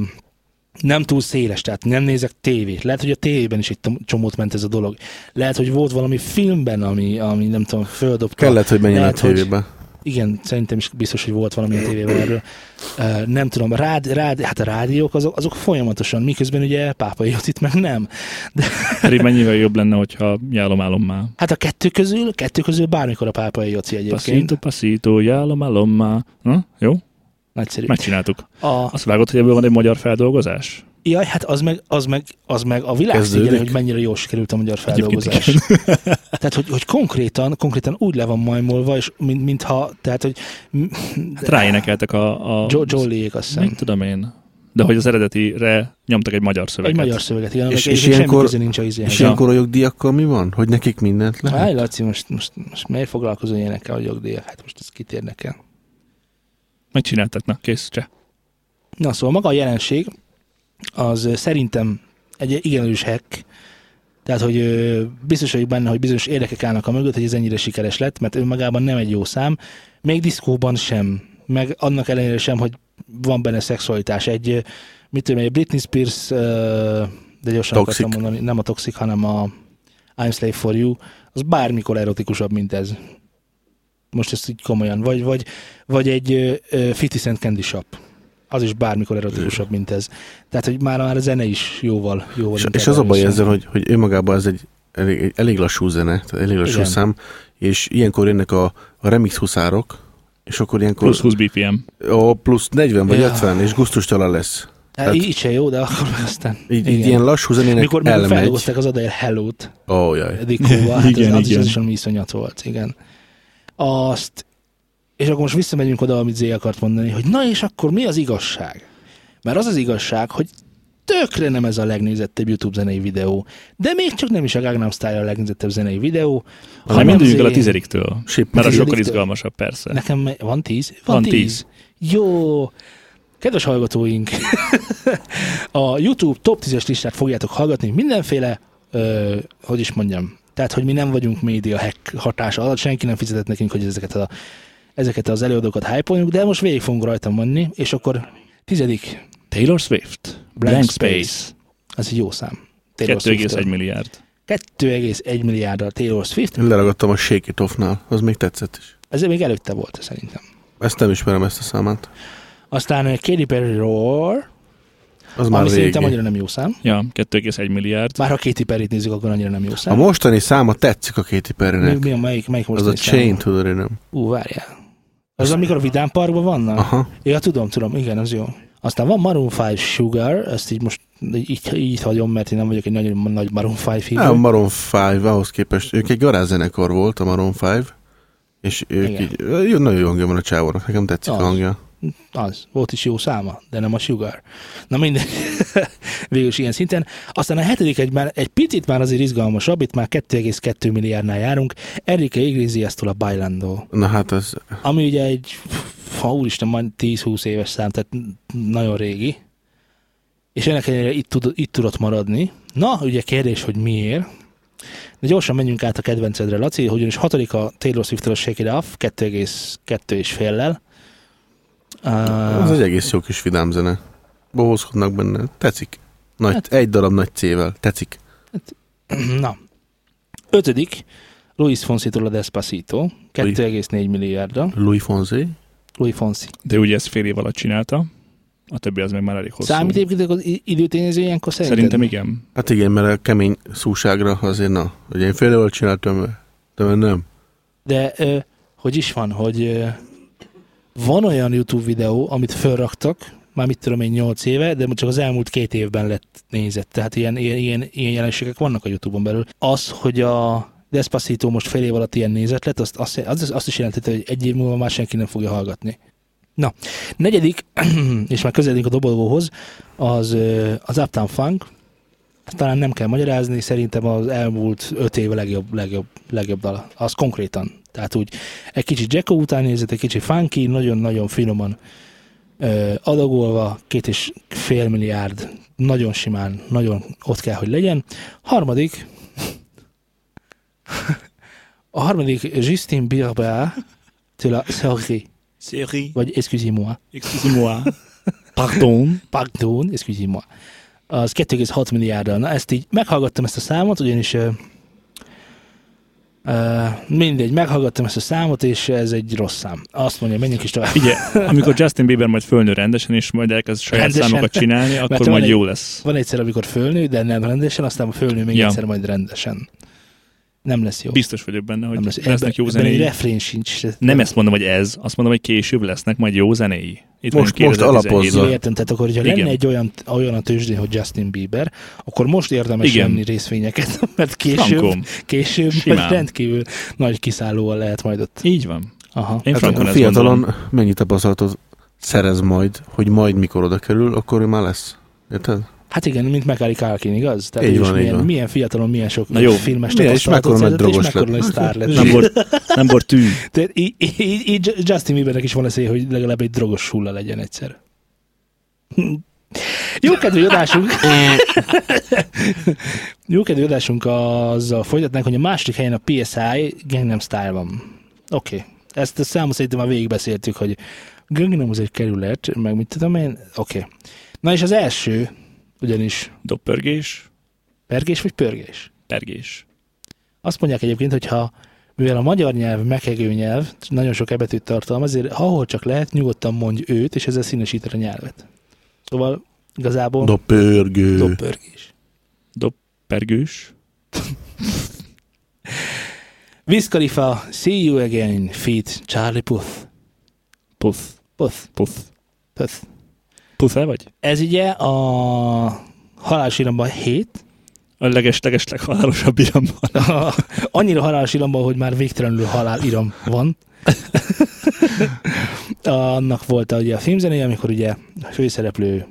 Speaker 1: nem túl széles, tehát nem nézek tévét. Lehet, hogy a tévében is egy tom- csomót ment ez a dolog. Lehet, hogy volt valami filmben, ami, ami nem tudom, földobta.
Speaker 2: Kellett, hogy menjen a
Speaker 1: Lehet, hogy-
Speaker 2: tévébe.
Speaker 1: Igen, szerintem is biztos, hogy volt valami a tévében erről. Ö, Nem tudom, rád, rád, hát a rádiók azok, azok folyamatosan, miközben ugye Pápai Jocit meg nem.
Speaker 3: Pedig mennyivel jobb lenne, hogyha jálom már.
Speaker 1: Hát a kettő közül, kettő közül bármikor a Pápai Joci egyébként.
Speaker 3: Passzító, passzító, jálom már. Na, jó?
Speaker 1: Nagyszerű.
Speaker 3: Megcsináltuk.
Speaker 1: A,
Speaker 3: Azt vágod, hogy ebből van egy magyar feldolgozás?
Speaker 1: jaj, hát az meg, az meg, az meg a világ
Speaker 2: Kezdődik.
Speaker 1: szégyene, hogy mennyire jól sikerült a magyar
Speaker 3: Egyébként
Speaker 1: feldolgozás. tehát, hogy, hogy konkrétan, konkrétan úgy le van majmolva, és mint, mintha, tehát, hogy
Speaker 3: Hát ráénekeltek a... a
Speaker 1: jo, Jollyék azt
Speaker 3: Mit
Speaker 1: hiszem.
Speaker 3: tudom én. De hogy az eredetire nyomtak egy magyar
Speaker 1: Egy
Speaker 3: szöveget.
Speaker 1: magyar szöveget, igen, és,
Speaker 2: És- és
Speaker 1: és semmi
Speaker 2: ilyenkor-
Speaker 1: köze nincs a izéhez.
Speaker 2: És ilyenkor a jogdíjakkal mi van? Hogy nekik mindent lehet?
Speaker 1: Háj, Laci, most, most, most miért foglalkozol ilyenekkel a jogdíjak? Hát most ez kit érdekel.
Speaker 3: Megcsináltak, na kész, cseh.
Speaker 1: Na szóval maga a jelenség, az ö, szerintem egy igen erős hack, tehát, hogy ö, biztos vagyok benne, hogy bizonyos érdekek állnak a mögött, hogy ez ennyire sikeres lett, mert önmagában nem egy jó szám, még diszkóban sem, meg annak ellenére sem, hogy van benne szexualitás. Egy, ö, mit tudom, én, egy Britney Spears, ö, de gyorsan
Speaker 2: Toxic.
Speaker 1: akartam mondani, nem a toxic, hanem a I'm Slave for You, az bármikor erotikusabb, mint ez. Most ezt így komolyan. Vagy, vagy, vagy egy ö, ö, 50 Cent Candy Shop. Az is bármikor erotikusabb, mint ez. Tehát, hogy már, már a zene is jóval, jóval
Speaker 2: És,
Speaker 1: inkább
Speaker 2: és az a baj
Speaker 1: erősebb.
Speaker 2: ezzel, hogy, hogy önmagában ez egy elég, egy elég lassú zene, tehát elég lassú
Speaker 1: Igen.
Speaker 2: szám, és ilyenkor jönnek a, a remix huszárok, és akkor ilyenkor
Speaker 3: Plusz 20 BPM.
Speaker 2: ó, plusz 40 vagy
Speaker 1: Ja.
Speaker 2: 50, és gusztustalan lesz.
Speaker 1: Hát,
Speaker 2: Tehát-
Speaker 1: így se jó, de akkor meg aztán.
Speaker 2: Így,
Speaker 1: Igen.
Speaker 2: így ilyen lassú zenének
Speaker 1: Mikor, mikor
Speaker 2: elmegy.
Speaker 1: feldolgozták az Adele Hello-t
Speaker 2: Ó, jaj.
Speaker 1: Dikóval, hát igen,
Speaker 3: Igen,
Speaker 1: az, az, is,
Speaker 3: igen.
Speaker 1: az is valami iszonyat volt, igen. Azt, és akkor most visszamegyünk oda, amit Zé akart mondani, hogy na és akkor mi az igazság? Mert az az igazság, hogy tökre nem ez a legnézettebb YouTube zenei videó, de még csak nem is a Gangnam Style a legnézettebb zenei videó.
Speaker 3: Hanem induljunk Hát el a
Speaker 1: Zé-
Speaker 3: tizediktől.
Speaker 2: Sip.
Speaker 3: Mert az sokkal
Speaker 1: Tizediktől.
Speaker 3: izgalmasabb, persze.
Speaker 1: Nekem van tíz?
Speaker 3: Van
Speaker 1: Van
Speaker 3: tíz.
Speaker 1: tíz. Jó. Kedves hallgatóink, a YouTube top 10-es listát fogjátok hallgatni, mindenféle, ö, hogy is mondjam, tehát, hogy mi nem vagyunk média hack hatása alatt, senki nem fizetett nekünk, hogy ezeket, a, ezeket az előadókat hype de most végig fogunk rajta menni, és akkor tizedik,
Speaker 3: Taylor Swift. Blank
Speaker 1: Blank
Speaker 3: Space.
Speaker 1: az egy jó szám. Taylor Swift-től.
Speaker 3: 2,1 milliárd.
Speaker 1: 2,1 milliárddal Taylor Swift,
Speaker 2: Én leragadtam a Shake It Off-nál, az még tetszett is.
Speaker 1: ez még előtte volt szerintem.
Speaker 2: Ezt nem ismerem, ezt a számát.
Speaker 1: Aztán ö, Katy Perry Roar,
Speaker 2: Az
Speaker 1: ami
Speaker 2: már régi.
Speaker 1: szerintem annyira nem jó szám.
Speaker 3: Ja, 2,1 milliárd.
Speaker 1: Már ha Katy Perry-t nézzük, akkor annyira nem jó
Speaker 2: A
Speaker 1: szám.
Speaker 2: mostani száma tetszik a Katy
Speaker 1: Mi,
Speaker 2: Perrynek.
Speaker 1: mi a melyik, melyik most
Speaker 2: Az a Chain to the Rhythm.
Speaker 1: Ú, várjál. Az, amikor a Vidám Parkban vannak? Aha.
Speaker 2: Aha.
Speaker 1: Ja, tudom, tudom, igen, az jó. Aztán van Maroon 5 Sugar, ezt így most így, így hagyom, mert én nem vagyok egy nagyon nagy Maroon 5 hívő.
Speaker 2: Nem, Maroon 5 ahhoz képest, ők egy garázzenekar volt, a Maroon 5, és ők
Speaker 1: Igen.
Speaker 2: így, jó, nagyon jó hangja van a csávónak, nekem tetszik
Speaker 1: Az.
Speaker 2: a hangja.
Speaker 1: Az, volt is jó száma, de nem a Sugar. Na minden, végül is ilyen szinten. Aztán a hetedik egy, már, egy picit már azért izgalmasabb, itt már 2,2 milliárdnál járunk. Enrique Iglesias-tól a Bailando.
Speaker 2: Na hát ez,
Speaker 1: Ami ugye egy, ha úristen, majd 10-20 éves szám, tehát n- nagyon régi. És ennek ellenére itt, tud, itt tudott maradni. Na, ugye kérdés, hogy miért? De gyorsan menjünk át a kedvencedre, Laci, hogy ugyanis hatodik a Taylor Swift-től a Shake It Off, 2,2,5-lel.
Speaker 2: Ez egy egész jó kis vidám zene. Bohózkodnak benne. Tetszik. Nagy,
Speaker 1: Hát-
Speaker 2: Egy darab nagy C-vel. Tetszik.
Speaker 1: Na. Ötödik, Luis Fonsi-tól a Despacito, 2,4 milliárdra.
Speaker 2: Louis Fonzi.
Speaker 1: Luis Fonsi.
Speaker 3: De ugye ezt fél év alatt csinálta, a többi az meg már elég hosszú.
Speaker 1: Számít egyébként az i- időtényező ilyenkor szerinted?
Speaker 3: Szerintem igen.
Speaker 2: Hát igen, mert a kemény szúságra azért na. Ugye én fél évvel csináltam, de már nem.
Speaker 1: De ö, hogy is van, hogy ö, van olyan YouTube videó, amit fölraktak, már mit tudom én, 8 éve, de csak az elmúlt két évben lett nézett. Tehát ilyen, ilyen, ilyen, ilyen jelenségek vannak a YouTube-on belül. Az, hogy a Despacito most fél év alatt ilyen nézet lett, azt, azt, azt, azt is jelentette, hogy egy év múlva már senki nem fogja hallgatni. Na, negyedik, és már közeledünk a dobolgóhoz, az, ö, az Uptown Funk. Ezt Talán nem kell magyarázni, szerintem az elmúlt öt év legjobb, legjobb, legjobb dala. Az konkrétan. Tehát úgy egy kicsit Jacko után nézett, egy kicsit funky, nagyon-nagyon finoman ö, adagolva, két és fél milliárd, nagyon simán, nagyon ott kell, hogy legyen. Harmadik, a harmadik Justin Bieber től a Sorry,
Speaker 3: Séri,
Speaker 1: vagy Excusez-moi,
Speaker 3: excuse-moi. Pardon.
Speaker 1: pardon, excusez-moi, az 2,6 milliárdal. Na, ezt így meghallgattam ezt a számot, ugyanis ö, ö, mindegy, meghallgattam ezt a számot, és ez egy rossz szám. Azt mondja, menjünk is tovább.
Speaker 3: Ugye, amikor Justin Bieber majd fölnő rendesen, és majd elkezd saját
Speaker 1: Rendesen.
Speaker 3: számokat csinálni, akkor
Speaker 1: van
Speaker 3: majd
Speaker 1: egy-
Speaker 3: jó lesz.
Speaker 1: Van egyszer, amikor fölnő, de nem rendesen, aztán fölnő még
Speaker 3: Ja.
Speaker 1: ja. egyszer, majd rendesen. Nem lesz jó.
Speaker 3: Biztos vagyok benne,
Speaker 1: nem
Speaker 3: hogy
Speaker 1: lesz.
Speaker 3: lesznek jó
Speaker 1: ebben egy
Speaker 3: zenéi.
Speaker 1: refrén sincs.
Speaker 3: Nem ezt mondom, hogy ez, azt mondom, hogy később lesznek majd jó zenéi. Itt
Speaker 2: Most-
Speaker 3: vagyunk
Speaker 2: most
Speaker 3: 2017-ben.
Speaker 2: alapozza.
Speaker 1: Jól értem, tehát akkor, hogyha
Speaker 3: Igen.
Speaker 1: Igen. lenne egy olyan, olyan a tőzsdén, hogy Justin Bieber, akkor most érdemes
Speaker 3: Igen.
Speaker 1: Igen. venni részvényeket, mert később,
Speaker 3: Frankom.
Speaker 1: később
Speaker 3: Simán.
Speaker 1: majd rendkívül nagy kiszállóval lehet majd ott.
Speaker 3: Így van.
Speaker 1: Aha.
Speaker 3: Én
Speaker 2: Hát
Speaker 3: frankon
Speaker 2: a
Speaker 3: ezt gondolom.
Speaker 2: fiatalon mennyi tapasztalatot szerez majd, hogy majd mikor oda kerül, akkor ő már lesz. Érted?
Speaker 1: Hát igen, mint Macaulay Culkin, igaz? Tehát
Speaker 2: Így
Speaker 1: ő is
Speaker 2: van, így
Speaker 1: milyen,
Speaker 2: van.
Speaker 1: milyen fiatalon, milyen sok
Speaker 3: Na jó.
Speaker 1: filmes
Speaker 2: Milyen, és
Speaker 1: tapasztalatot
Speaker 2: mekkora nagy
Speaker 1: szerzett, és
Speaker 2: drogos
Speaker 1: mekkora nagy
Speaker 2: lett.
Speaker 1: sztár lett.
Speaker 3: Nem volt, nem volt tű.
Speaker 1: Tehát így, így, így Justin Biebernek is van eszélye, hogy legalább egy drogos hulla legyen egyszer. Jó kedvű adásunk! Jó kedvű adásunk azzal folytatnánk, hogy a második helyen a PSI Gangnam Style van. Oké. Okay. Ezt a számot szerintem már végigbeszéltük, hogy Gangnam az egy kerület, meg mit tudom én. Oké. Okay. Na és az első, ugyanis
Speaker 3: Doppörgés,
Speaker 1: pergés vagy pörgés?
Speaker 3: pergés.
Speaker 1: Azt mondják egyébként, hogy ha mivel a magyar nyelv mekegő nyelv, nagyon sok ebetűt tartalmaz, ezért ahol csak lehet, nyugodtan mondj őt, és ezzel színesíted a nyelvet. Szóval igazából
Speaker 2: Dopörgő.
Speaker 1: doppörgés.
Speaker 3: Pergős.
Speaker 1: Wiz Khalifa, See You Again, feat. Charlie Puth.
Speaker 3: Puff.
Speaker 1: Puth.
Speaker 3: Puff.
Speaker 1: Puth.
Speaker 3: Puff el vagy?
Speaker 1: Ez ugye a halálos iramban 7,
Speaker 3: A leges, leges leghalálosabb iramban.
Speaker 1: annyira halálos iramban, hogy már végtelenül halál iram van. Annak volt a, ugye a filmzenéje, amikor ugye a főszereplő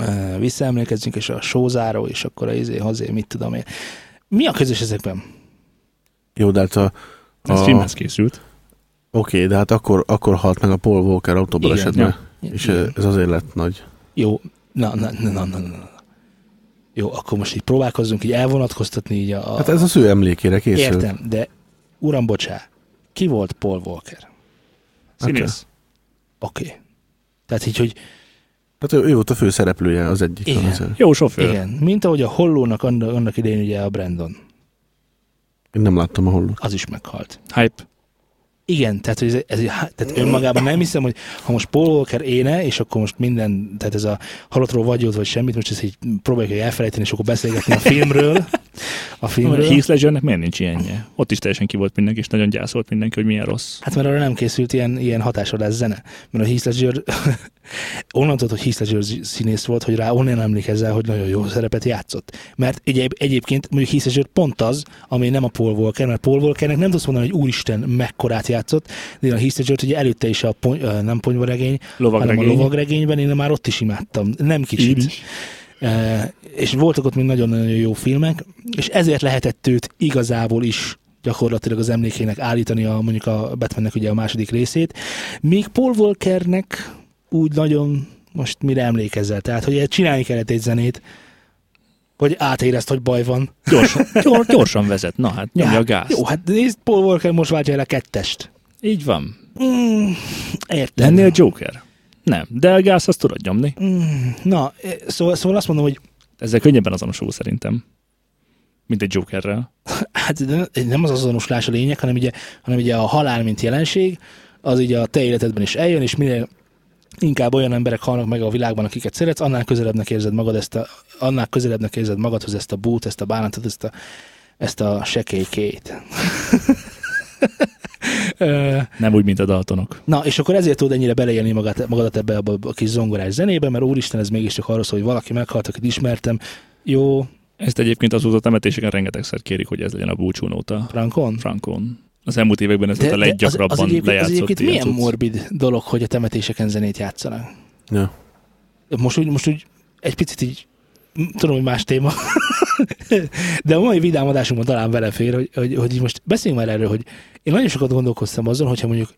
Speaker 1: eh, visszaemlékezzünk, és a sózáró, és akkor a izé, hazé, mit tudom én. Mi a közös ezekben?
Speaker 2: Jó, de hát a...
Speaker 3: Ez
Speaker 2: a-
Speaker 3: filmhez készült.
Speaker 2: Oké, de hát akkor, akkor halt meg a Paul Walker autóbalesetben.
Speaker 3: Igen,
Speaker 2: És ez azért lett nagy.
Speaker 1: Jó, na, na, na, na, na, na. Jó, akkor most így próbálkozzunk így elvonatkoztatni így a... a
Speaker 2: Hát ez az ő emlékére készül.
Speaker 1: értem, de uram, bocsá, ki volt Paul Walker?
Speaker 3: Színész.
Speaker 1: Oké. Okay. Tehát így, hogy
Speaker 2: Hát ő, ő volt a főszereplője az egyik.
Speaker 1: Igen.
Speaker 2: Az,
Speaker 3: Jó sofőr.
Speaker 1: Igen, mint ahogy a hollónak annak, annak idején ugye a Brandon,
Speaker 2: én nem láttam a hollót.
Speaker 1: az is meghalt.
Speaker 3: Hype.
Speaker 1: Igen, tehát, hogy ez, ez, há- tehát önmagában nem hiszem, hogy ha most Paul Walker éne, és akkor most minden, tehát ez a halottról vagyod, vagy semmit, most ezt így próbáljuk hogy elfelejteni, és akkor beszélgetni a filmről. A filmről.
Speaker 3: Heath Ledgernek miért nincs ilyenje? Ott is teljesen ki volt mindenki, és nagyon gyászolt mindenki, hogy milyen rossz.
Speaker 1: Hát mert arra nem készült ilyen, ilyen hatásodás zene. Mert a Heath Ledger, onnantól, hogy Heath Ledger zi- színész volt, hogy rá onnan emlékezzel, hogy nagyon jó szerepet játszott. Mert egyéb, egyébként mondjuk Heath Ledger pont az, ami nem a Paul Walker, mert Paul Walkernek nem tudsz mondani, hogy úristen, mekkorát játszott, de a Heath Ledger ugye előtte is a pony, ö, nem ponyvaregény, hanem a
Speaker 3: Lovagregény.
Speaker 1: lovagregényben én már ott is imádtam. Nem kicsit.
Speaker 3: Így is.
Speaker 1: E, és voltak ott még nagyon-nagyon jó filmek, és ezért lehetett őt igazából is gyakorlatilag az emlékének állítani a, mondjuk a Batmannek ugye a második részét. Még Paul Walkernek úgy nagyon most mire emlékezel? Tehát, hogy csinálni kellett egy zenét, hogy átérezt, hogy baj van.
Speaker 3: Gyorsan, gyor, gyorsan vezet, na hát nyomja a
Speaker 1: Hát,
Speaker 3: gázt.
Speaker 1: Jó, hát nézd, Paul Walker most váltja el a kettest.
Speaker 3: Így van.
Speaker 1: Mm, értem.
Speaker 3: Lennél Joker? Nem, de a gáz azt tudod nyomni.
Speaker 1: Mm, na, eh, szóval, szóval azt mondom, hogy
Speaker 3: Ezzel könnyebben azonosul szerintem. Mint egy Jokerrel.
Speaker 1: hát de nem az azonosulás a lényeg, hanem ugye, hanem ugye a halál, mint jelenség, az ugye a te életedben is eljön, és minél inkább olyan emberek halnak meg a világban, akiket szeretsz, annál közelebbnek érzed magad ezt a, annál közelebbnek érzed magadhoz ezt a bút, ezt a bánatot, ezt a, ezt a sekélykét. Ö,
Speaker 3: Nem úgy, mint a Daltonok.
Speaker 1: Na, és akkor ezért tudod ennyire beleélni magát, magadat ebbe a, a kis zongorás zenébe, mert úristen, ez mégiscsak arról szól, hogy valaki meghalt, akit ismertem. Jó,
Speaker 3: Ezt egyébként azóta temetéseken rengetegszer kérik, hogy ez legyen a búcsúnóta
Speaker 1: Frankon?
Speaker 3: Frankon. Az elmúlt években ez volt a leggyakrabban
Speaker 1: az, az egyébként, az
Speaker 3: lejátszott
Speaker 1: egyébként
Speaker 3: ilyen
Speaker 1: milyen
Speaker 3: cucc.
Speaker 1: morbid dolog, hogy a temetéseken zenét játszanak?
Speaker 2: Ja.
Speaker 3: Hát
Speaker 1: Most úgy, most úgy egy picit így, m- tudom, hogy más téma, de a mai vidámadásunkban talán belefér, hogy, hogy, hogy így most beszéljünk már erről, hogy én nagyon sokat gondolkoztam azon, hogyha mondjuk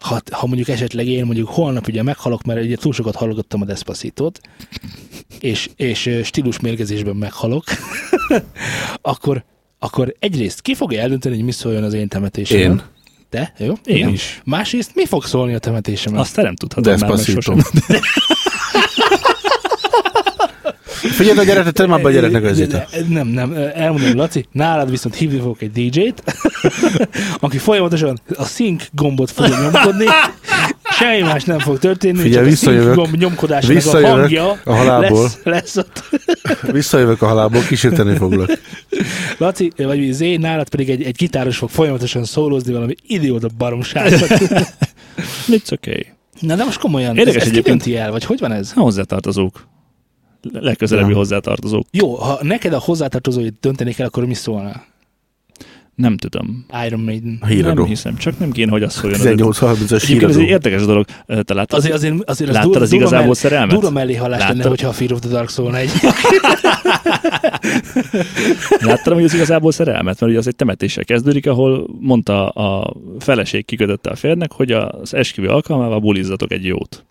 Speaker 1: ha, ha mondjuk esetleg én mondjuk holnap ugye meghalok, mert ugye túl sokat hallgattam a Despacitot, és, és ö, stílusmérgezésben meghalok, akkor, akkor egyrészt ki fogja eldönteni, hogy mi szóljon az én temetésemben?
Speaker 2: Én.
Speaker 1: Te? Jó?
Speaker 3: Én
Speaker 1: Igen.
Speaker 3: is.
Speaker 1: Másrészt mi fog szólni a temetésemben?
Speaker 3: Azt te nem tudhatod már, mert
Speaker 2: Despacito.
Speaker 3: sosem.
Speaker 2: Figyeld a gyereket, te már be a gyereknek közétek.
Speaker 1: Ne- Nem, nem, elmondom, Laci, nálad viszont hívni fogok egy DJ-t, aki folyamatosan a sync gombot fogja nyomkodni, semmi más nem fog történni,
Speaker 2: Figyelj,
Speaker 1: csak a sync
Speaker 2: visszajövök.
Speaker 1: gomb nyomkodásának a
Speaker 2: Visszajövök
Speaker 1: hangja
Speaker 2: a halálból.
Speaker 1: Lesz, lesz ott.
Speaker 2: Visszajövök a halálból, kísérteni foglak.
Speaker 1: Laci, vagy Zé, nálad pedig egy, egy gitáros fog folyamatosan szólózni valami idióta baromságot.
Speaker 3: It's okay.
Speaker 1: Na de most komolyan,
Speaker 3: Érdekes
Speaker 1: ez, ez ki
Speaker 3: egyébként.
Speaker 1: dönti el, vagy hogy van ez?
Speaker 3: Hát, Ha hozzátartozók. Le- Legközelebbi
Speaker 2: Ja.
Speaker 3: hozzátartozók.
Speaker 1: Jó, ha neked a hozzátartozóid döntenék el, akkor mi szólna?
Speaker 3: Nem tudom.
Speaker 1: Iron Maiden.
Speaker 2: A híradó.
Speaker 3: Nem hiszem, csak nem kéne, hogy az szóljon. az öt-
Speaker 2: 18-30-as
Speaker 3: Egyébként ez egy
Speaker 2: híradó.
Speaker 3: érdekes dolog. Ö, Te láttad,
Speaker 1: Azért, azért, azért
Speaker 3: láttad az igazából
Speaker 1: mell-
Speaker 3: szerelmet?
Speaker 1: Durva melléhalás lenne,
Speaker 3: Láttad?
Speaker 1: hogyha a Fear of the Dark szólna egy.
Speaker 3: Láttam, hogy az igazából szerelmet, mert ugye az egy temetéssel kezdődik, ahol mondta a feleség kikötötte a férnek, hogy az esküvő alkalmával bulizzatok egy jót.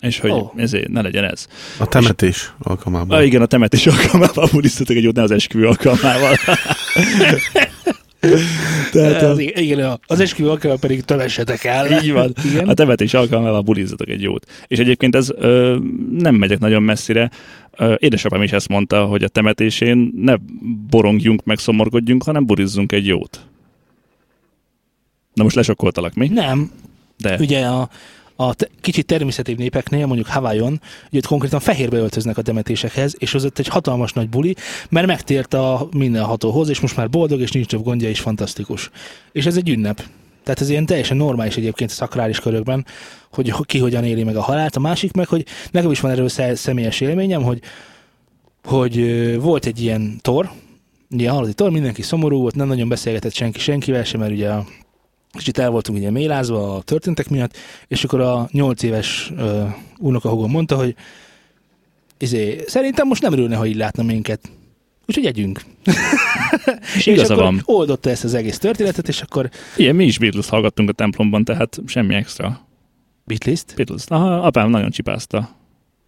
Speaker 3: És hogy
Speaker 1: Ó.
Speaker 3: oh. ezért ne legyen ez.
Speaker 2: A temetés alkalmából.
Speaker 3: Ah, igen, a temetés alkalmával bulizzatok egy jót, ne az esküvő alkalmával. Tehát
Speaker 1: az,
Speaker 3: az,
Speaker 1: igen, az esküvő alkalommal pedig tövessetek el.
Speaker 3: így van. Hát-
Speaker 1: Igen.
Speaker 3: A temetés alkalmával bulizzatok egy jót. És egyébként ez ö, nem megyek nagyon messzire. Ö, édesapám is ezt mondta, hogy a temetésén ne borongjunk, meg szomorkodjunk, hanem bulizzunk egy jót. Na most lesokkoltalak, mi?
Speaker 1: Nem,
Speaker 3: De
Speaker 1: ugye a, a te, kicsit természetébb népeknél, mondjuk Hawaiion, ugye ott konkrétan fehérbe öltöznek a temetésekhez, és az ott egy hatalmas nagy buli, mert megtért a mindenhatóhoz, és most már boldog, és nincs több gondja, és fantasztikus. És ez egy ünnep. Tehát ez ilyen teljesen normális egyébként a szakrális körökben, hogy ho- ki hogyan éli meg a halált. A másik meg, hogy nekem is van erről szá- személyes élményem, hogy, hogy ö, volt egy ilyen tor, ugye a haladi tor, mindenki szomorú volt, nem nagyon beszélgetett senki senkivel sem, mert ugye a kicsit el voltunk ugye mélázva a történtek miatt, és akkor a nyolc éves uh, unokahogom mondta, hogy izé, szerintem most nem örülne, ha így látna minket. Úgyhogy együnk.
Speaker 3: és igaza
Speaker 1: akkor
Speaker 3: van.
Speaker 1: oldotta ezt az egész történetet, és akkor
Speaker 3: Igen, mi is Beatles hallgattunk a templomban, tehát semmi extra.
Speaker 1: beatles
Speaker 3: Beatles. Aha, apám nagyon csipázta.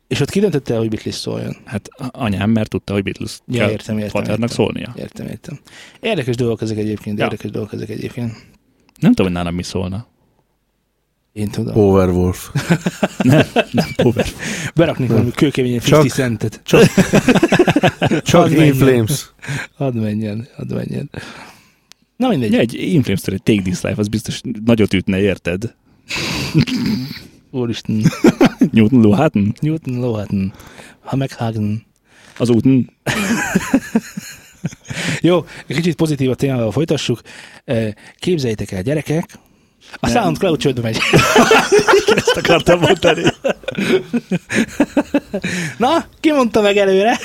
Speaker 1: és ott kidöntötte, hogy Beatles szóljon.
Speaker 3: Hát a- anyám, mert tudta, hogy Beatles
Speaker 1: Ja,
Speaker 3: kell
Speaker 1: értem, értem,
Speaker 3: Faternak
Speaker 1: értem.
Speaker 3: szólnia.
Speaker 1: Értem, értem. Érdekes dolgok ezek egyébként,
Speaker 3: Ja.
Speaker 1: érdekes dolgok ezek egyébként.
Speaker 3: Nem tudom, hogy nálam mi szólna.
Speaker 1: Én tudom. Oh.
Speaker 2: Overwolf.
Speaker 3: Nem, Power.
Speaker 1: Beraknék valami kőkeményen 50
Speaker 2: Csak-
Speaker 1: centet.
Speaker 2: Csak, csak
Speaker 1: Hadd menjen.
Speaker 2: In Flames.
Speaker 1: Hadd menjen, hadd menjen. Na mindegy.
Speaker 3: Ja, egy Inflames egy Take This Life, az biztos nagyot ütne, érted?
Speaker 1: Úristen.
Speaker 3: Newton Luhaten?
Speaker 1: Newton Lohan. Ha meghágn.
Speaker 3: Az úton?
Speaker 1: Jó, egy kicsit pozitív a témával folytassuk. Eh, Képzeljétek el, gyerekek, a
Speaker 3: Nem.
Speaker 1: SoundCloud csődbe megy.
Speaker 3: Ezt akartam mondani.
Speaker 1: Na, ki mondta meg előre?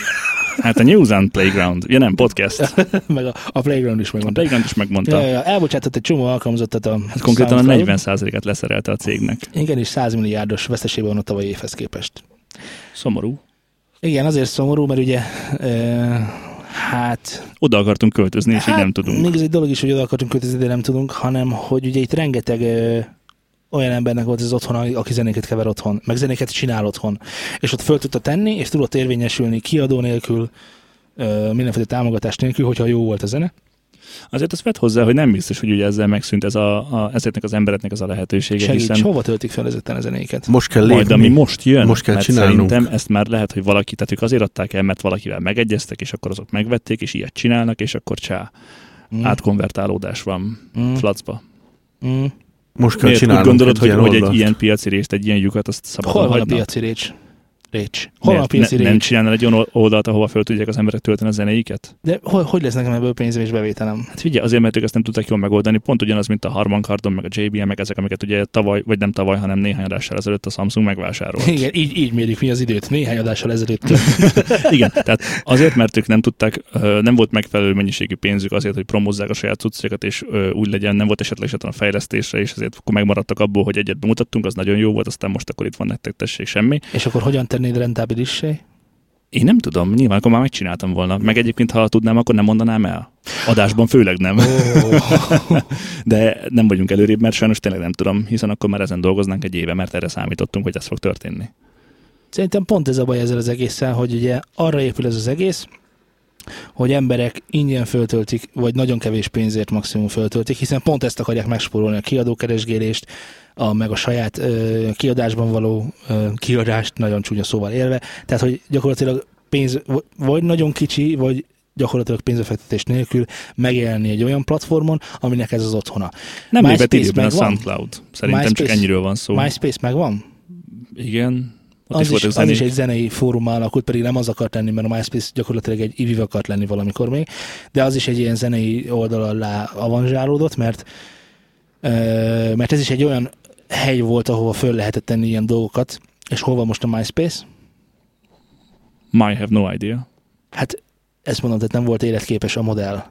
Speaker 3: Hát a New Zealand Playground. Ja nem, podcast. A
Speaker 1: meg a, a Playground is megmondta.
Speaker 3: Playground is
Speaker 1: Ja,
Speaker 3: megmondta.
Speaker 1: ja, ja, elbocsátott egy csomó alkalmazottat a
Speaker 3: Hát konkrétan a
Speaker 1: SoundCloud.
Speaker 3: 40%-át leszerelte a cégnek.
Speaker 1: Igen, és 100 milliárdos veszteségben van a tavalyi évhez képest.
Speaker 3: Szomorú.
Speaker 1: Igen, azért szomorú, mert ugye eh, hát,
Speaker 3: Oda akartunk költözni, és így nem tudunk.
Speaker 1: még ez egy dolog is, hogy oda akartunk költözni, de nem tudunk, hanem hogy ugye itt rengeteg eh, olyan embernek volt az otthon, aki zenéket kever otthon, meg zenéket csinál otthon. És ott föl tudta tenni, és tudott érvényesülni kiadó nélkül, ö, mindenféle támogatás nélkül, hogyha jó volt a zene.
Speaker 3: Azért azt vett hozzá, hogy nem biztos, hogy ugye ezzel megszűnt ez a, a, ezeknek az embereknek az a lehetősége,
Speaker 1: Segíts,
Speaker 3: hiszen
Speaker 1: hova töltik fel ezeken a zenéket?
Speaker 2: Most kell lépni.
Speaker 3: majd ami most jön,
Speaker 2: Most kell
Speaker 3: mert
Speaker 2: csinálnunk.
Speaker 3: szerintem ezt már lehet, hogy valaki, tehát ők azért adták el, mert valakivel megegyeztek, és akkor azok megvették, és ilyet csinálnak, és akkor csá,
Speaker 1: Mm.
Speaker 3: Hát, átkonvertálódás van
Speaker 1: Mm.
Speaker 3: flacba.
Speaker 1: Mm.
Speaker 2: Most kell
Speaker 3: Miért úgy
Speaker 2: csinálnunk
Speaker 3: gondolod, hogy, hogy egy
Speaker 2: oldalt.
Speaker 3: ilyen piaci részt, egy ilyen lyukat, azt
Speaker 1: Hol
Speaker 3: szabadon
Speaker 1: van a
Speaker 3: hagynak?
Speaker 1: piaci récs? Récs. Hol van a
Speaker 3: Miért?
Speaker 1: piaci
Speaker 3: ne, nem
Speaker 1: récs?
Speaker 3: csinálnál egy olyan oldalt, ahova föl tudják az emberek tölteni a zenéiket?
Speaker 1: De hol, hogy lesz nekem ebből pénzem és bevételem?
Speaker 3: Hát figyelj, azért, mert ők ezt nem tudták jól megoldani. Pont ugyanaz, mint a Harman Kardon, meg a JBL, meg ezek, amiket ugye tavaly, vagy nem tavaly, hanem néhány adással ezelőtt a Samsung megvásárolt.
Speaker 1: Igen, így, így mérjük mi az időt. Néhány adással ezelőtt történt.
Speaker 3: Igen, tehát azért, mert ők nem tudták, ö, nem volt megfelelő mennyiségű pénzük azért, hogy promozzák a saját cuccaikat, és ö, úgy legyen, nem volt esetleg a fejlesztésre, és ezért akkor megmaradtak abból, hogy egyet bemutattunk, az nagyon jó volt, aztán most akkor itt van nektek, tessék semmi.
Speaker 1: És akkor hogyan tennéd rentábilissé?
Speaker 3: Én nem tudom, nyilván akkor már megcsináltam volna. Meg egyébként, ha tudnám, akkor nem mondanám el. Adásban főleg nem. De nem vagyunk előrébb, mert sajnos tényleg nem tudom, hiszen akkor már ezen dolgoznánk egy éve, mert erre számítottunk, hogy ez fog történni.
Speaker 1: Szerintem pont ez a baj ezzel az egésszel, hogy ugye arra épül ez az egész, hogy emberek ingyen föltöltik, vagy nagyon kevés pénzért maximum föltöltik, hiszen pont ezt akarják megspórolni a kiadókeresgélést, a, meg a saját ö, kiadásban való ö, kiadást nagyon csúnya szóval élve. Tehát, hogy gyakorlatilag pénz, v- vagy nagyon kicsi, vagy gyakorlatilag pénzbefektetés nélkül megjelenni egy olyan platformon, aminek ez az otthona.
Speaker 3: Nem
Speaker 1: MySpace
Speaker 3: évet időben a
Speaker 1: megvan?
Speaker 3: SoundCloud. Szerintem csak
Speaker 1: MySpace-
Speaker 3: ennyiről van szó.
Speaker 1: MySpace megvan?
Speaker 3: Igen. Ott
Speaker 1: Az is,
Speaker 3: voltak
Speaker 1: is, az is
Speaker 3: zenék.
Speaker 1: egy zenei fórum alakult, pedig nem az akart lenni, mert a MySpace gyakorlatilag egy IVIV akart lenni valamikor még, de az is egy ilyen zenei oldal alá avanzsálódott, mert, ö, mert ez is egy olyan hely volt, ahova föl lehetett tenni ilyen dolgokat, és hol van most a MySpace?
Speaker 3: My have no idea.
Speaker 1: Hát ezt mondom, tehát nem volt életképes a modell.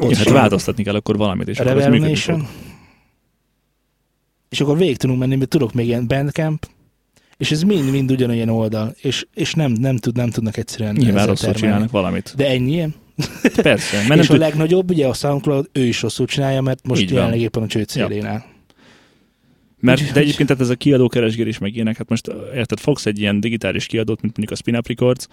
Speaker 3: Ott hát
Speaker 1: sem.
Speaker 3: változtatni kell akkor valamit, és akkor az
Speaker 1: Rebel
Speaker 3: működni
Speaker 1: Nation.
Speaker 3: fog.
Speaker 1: És akkor végig tudunk menni, mert tudok még ilyen bandcamp, és ez mind-mind ugyanolyan oldal, és, és nem, nem, tud, nem tudnak egyszerűen
Speaker 3: Nyilván
Speaker 1: ezzel
Speaker 3: rosszul
Speaker 1: termelni.
Speaker 3: csinálnak valamit.
Speaker 1: De ennyi ilyen.
Speaker 3: Persze, mert
Speaker 1: Mert
Speaker 3: nem
Speaker 1: és a
Speaker 3: tud...
Speaker 1: legnagyobb, ugye a SoundCloud, ő is rosszul csinálja, mert most
Speaker 3: Így van.
Speaker 1: jelenleg éppen a csőd célénál.
Speaker 3: Mert,
Speaker 1: Úgyhogy-
Speaker 3: de egyébként tehát ez a kiadókeresgélés meg ilyenek, hát most ö, érted, fogsz egy ilyen digitális kiadót, mint mondjuk a Spin Up Records,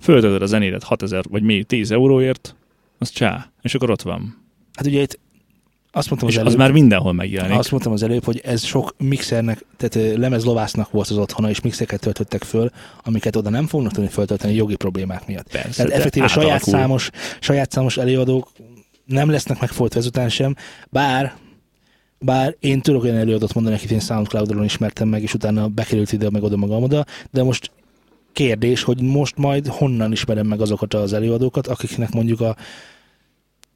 Speaker 3: föltöltöd a zenédet 6000 vagy mi 10 euróért, az csá, és akkor ott van.
Speaker 1: Hát ugye itt azt mondtam
Speaker 3: és
Speaker 1: az
Speaker 3: az
Speaker 1: előbb,
Speaker 3: már mindenhol megjelenik.
Speaker 1: azt mondtam az előbb, hogy ez sok mixernek, tehát ö, lemezlovásznak volt az otthona, és mixeket töltöttek föl, amiket oda nem fognak tudni föltölteni jogi problémák miatt.
Speaker 3: Persze,
Speaker 1: Tehát
Speaker 3: de
Speaker 1: effektíve saját
Speaker 3: átalakul.
Speaker 1: számos, saját számos előadók nem lesznek megfolytva ezután sem, bár bár én tudok olyan előadót mondani, akit én SoundCloud-on ismertem meg, és utána bekerült ide, meg oda magam oda, de most kérdés, hogy most majd honnan ismerem meg azokat az előadókat, akiknek mondjuk a...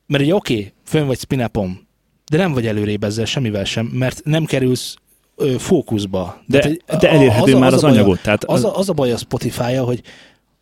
Speaker 1: Mert ugye oké, okay, fönn vagy spinapom, de nem vagy előrébb ezzel semmivel sem, mert nem kerülsz ö, fókuszba. Tehát
Speaker 3: De,
Speaker 1: egy-
Speaker 3: de
Speaker 1: a-
Speaker 3: elérhető
Speaker 1: a-
Speaker 3: már az,
Speaker 1: a baj a-
Speaker 3: anyagot. Tehát
Speaker 1: az,
Speaker 3: az,
Speaker 1: a, az a baj a Spotify-ja, hogy,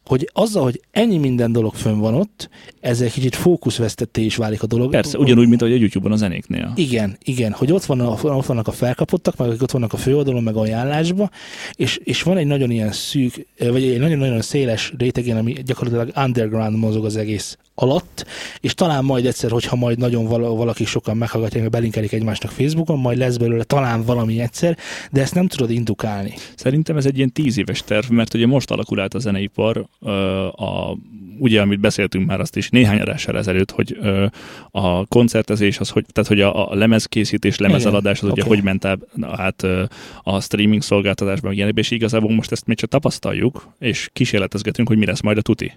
Speaker 1: hogy azzal, hogy ennyi minden dolog fönn van ott, ezzel kicsit fókuszvesztetté is válik a dolog.
Speaker 3: persze, ugyanúgy, mint ahogy a YouTube-on a zenéknél.
Speaker 1: Igen, igen, hogy ott, van a, ott vannak a felkapottak, meg akik ott vannak a főoldalon, meg ajánlásba, és, és van egy nagyon ilyen szűk, vagy egy nagyon-nagyon széles rétegén, ami gyakorlatilag underground mozog az egész alatt, és talán majd egyszer, hogyha majd nagyon vala- valaki sokan meghallgatják, meg belinkelik egymásnak Facebookon, majd lesz belőle talán valami egyszer, de ezt nem tudod indukálni.
Speaker 3: Szerintem ez egy ilyen tíz éves terv, mert ugye most alakul át a zeneipar, ö, a, ugye amit beszéltünk már azt is néhány adással ezelőtt, hogy ö, a koncertezés, az hogy, tehát hogy a, a lemezkészítés, lemezeladás az
Speaker 1: Igen,
Speaker 3: ugye
Speaker 1: oké.
Speaker 3: hogy ment át, na, hát ö, a streaming szolgáltatásban, ilyenek, és igazából most ezt még csak tapasztaljuk, és kísérletezgetünk, hogy mi lesz majd a tuti.